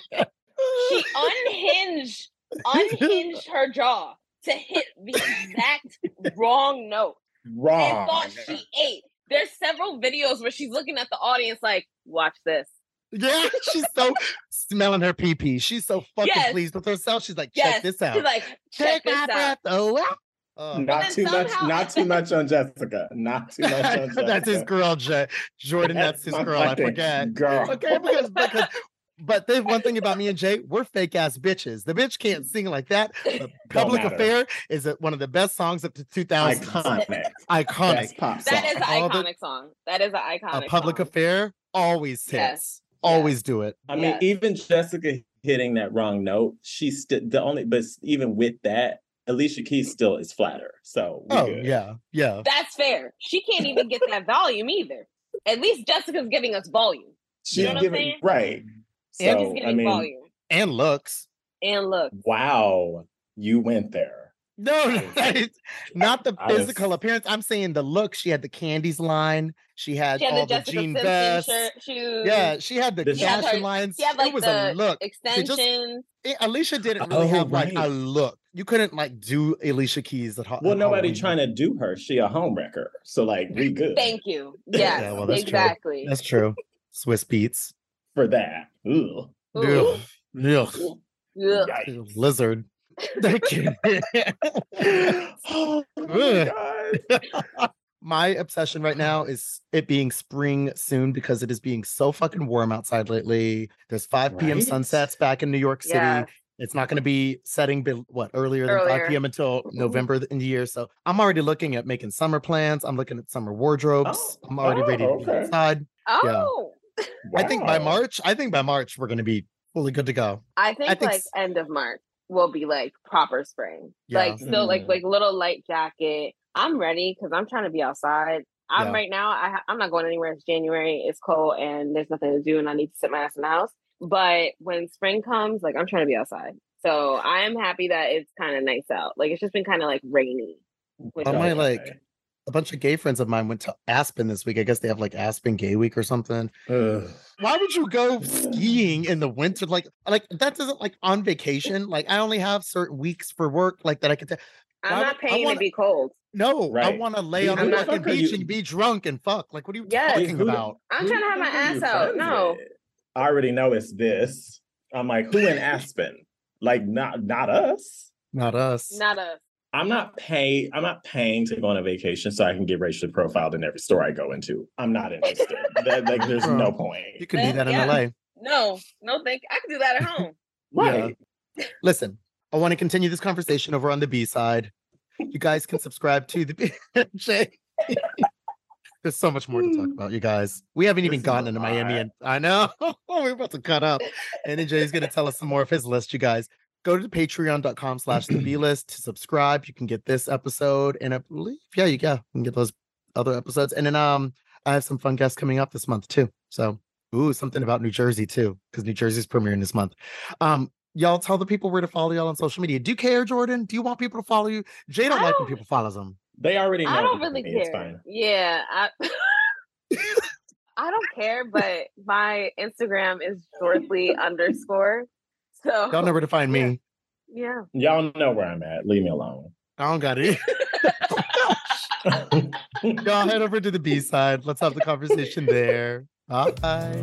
B: she unhinged, unhinged her jaw to hit the exact wrong note
A: Oh,
B: and
C: Wrong.
B: thought she ate. There's several videos where she's looking at the audience like, watch this.
A: Yeah, she's so smelling her pee pee. She's so fucking
B: Yes.
A: pleased with herself. She's like, check
B: Yes.
A: this out.
B: She's like, check, this out.
A: Oh, wow. Oh,
C: Not
B: then
C: too much.
B: somehow-
C: Not too much on Jessica. Not too much on Jessica.
A: that's his girl, Jay. Jordan, that's, his
C: my
A: girl. I
C: fucking
A: forget.
C: Girl.
A: Okay, because, because but the one thing about me and Jay, we're fake ass bitches. The bitch can't sing like that. But Public
C: matter.
A: Affair is a, one of the best songs up to 2000.
C: Iconic.
A: Iconic.
C: Best pop
B: That is an
C: song.
A: All the-
B: iconic song. That is an iconic
A: A public
B: song.
A: affair always hits. Oh,
B: Yes.
A: Always do it.
C: I mean,
B: Yes.
C: even Jessica hitting that wrong note, she's still the only. But even with that, Alicia Keys still is flatter. So we
A: Oh,
C: good.
A: yeah. Yeah.
B: That's fair. She can't even get that volume either. At least Jessica's giving us volume.
C: she's
A: know what I'm
C: giving
B: saying?
C: right.
B: She's
A: Oh,
C: So
B: giving
C: I mean,
B: volume.
A: And looks.
B: And look,
C: wow, you went there.
A: No,
C: Oh, I
A: no,
C: was like-
A: it's not the
C: I was-
A: physical appearance. I'm saying the look. She had the candies line. She had,
B: she had
A: all
B: the
A: the,
B: Jessica
A: jean
B: Simpson
A: vests.
B: shirt, shoes.
A: Yeah, she had the
C: This- She
B: had
A: fashion
B: her-
A: lines.
B: she had,
A: it
B: like,
A: was a
B: the
A: look. It just-
B: Extensions.
A: it- Alicia didn't really
C: Oh,
A: have like a
C: right.
A: look. You couldn't like do Alicia Keys at home.
C: Well, nobody trying to do her. She a homewrecker. So like we good
B: Thank you.
C: Yeah,
B: Yes,
A: well, that's true.
B: exactly.
A: That's true. Swiss Beats.
C: for that. Ooh.
A: Ugh.
B: Ooh.
A: Ugh.
B: Ugh.
C: Yikes.
A: Lizard.
C: oh my God.
A: my obsession right now is it being spring soon because it is being so fucking warm outside lately. There's 5 p.m.
C: Right.
A: sunsets back in New York City.
B: Yeah.
A: It's not going to be setting be- what earlier than 5
B: Earlier.
A: p.m. until
C: Mm-hmm.
A: November th- in the year. So I'm already looking at making summer plans. I'm looking at summer wardrobes.
C: Oh,
A: I'm already ready
C: oh,
A: to go
C: okay.
A: outside.
B: Oh,
A: I think by
C: Wow.
A: March, I think by March we're going to be fully good to go.
B: I think
A: think
B: like
A: s-
B: end of March will be like proper spring.
A: Yeah.
B: Like still like
C: Mm.
B: like little light jacket. I'm ready because I'm trying to be outside. I'm
A: Yeah.
B: right now. I ha- I'm not going anywhere. It's January. It's cold and there's nothing to do, and I need to sit my ass in the house. But when spring comes, like I'm trying to be outside. So I am happy that it's kind of nice out. Like it's just been kind of like rainy. which
A: On
B: I
A: my
B: like.
A: like a bunch of gay friends of mine went to Aspen this week. I guess they have like Aspen Gay Week or something.
C: Ugh.
A: Why would you go skiing in the winter? Like, like that doesn't like on vacation. Like, I only have certain weeks for work, like that I could. T-
B: I'm
A: Why
B: not
A: would- I
B: paying
A: wanna-
B: to be cold.
A: no, I
C: Right.
A: want to lay
C: Dude,
A: on
B: I'm
A: the
B: not-
A: fucking
C: Fuck are
A: beach
C: you-
A: and be drunk and fuck. Like, what are you
B: Yes.
C: Wait,
A: talking
C: who the-
A: about?
B: I'm
C: Who
B: trying to
C: the
B: have my
C: fuck are you
B: ass out.
C: friends
B: No,
C: with? I already know it's this. I'm like, who in Aspen? Like, not not us.
A: Not us.
B: not us.
C: I'm not pay I'm not paying to go on a vacation so I can get racially profiled in every store I go into. I'm not interested. That- like there's no
A: Girl.
C: point.
A: You can do
B: Well,
A: that in
B: yeah.
A: LA.
B: No, no, thank. I can do that at home.
C: Right.
A: Listen, I want to continue this conversation over on the B side. You guys can subscribe to the B. Jay. There's so much more to talk about, you guys. We haven't even
C: This is
A: gotten
C: a
A: into Miami,
C: lot.
A: and I know we're about to cut up. And then Jay's going to tell us some more of his list, you guys. Go to patreon.com slash the B list to subscribe. You can get this episode and I believe, yeah, you, yeah, you can get those other episodes. And then um, I have some fun guests coming up this month too. So, ooh, something about New Jersey too, because New Jersey's premiering this month. Um, y'all tell the people where to follow y'all on social media. Do you care, Jordan? Do you want people to follow you? Jay don't
B: I
A: like when
B: don't-
A: people follows him.
C: They already know.
B: I don't
C: what
B: really
C: it is. It's
B: care.
C: fine.
B: Yeah, I, I don't care. But my Instagram is Dorothy underscore. So
A: Y'all know where to find me.
B: yeah,
C: Y'all know where I'm at. Leave me alone.
A: I don't got it. y'all head over to the B side. Let's have the conversation there. Bye.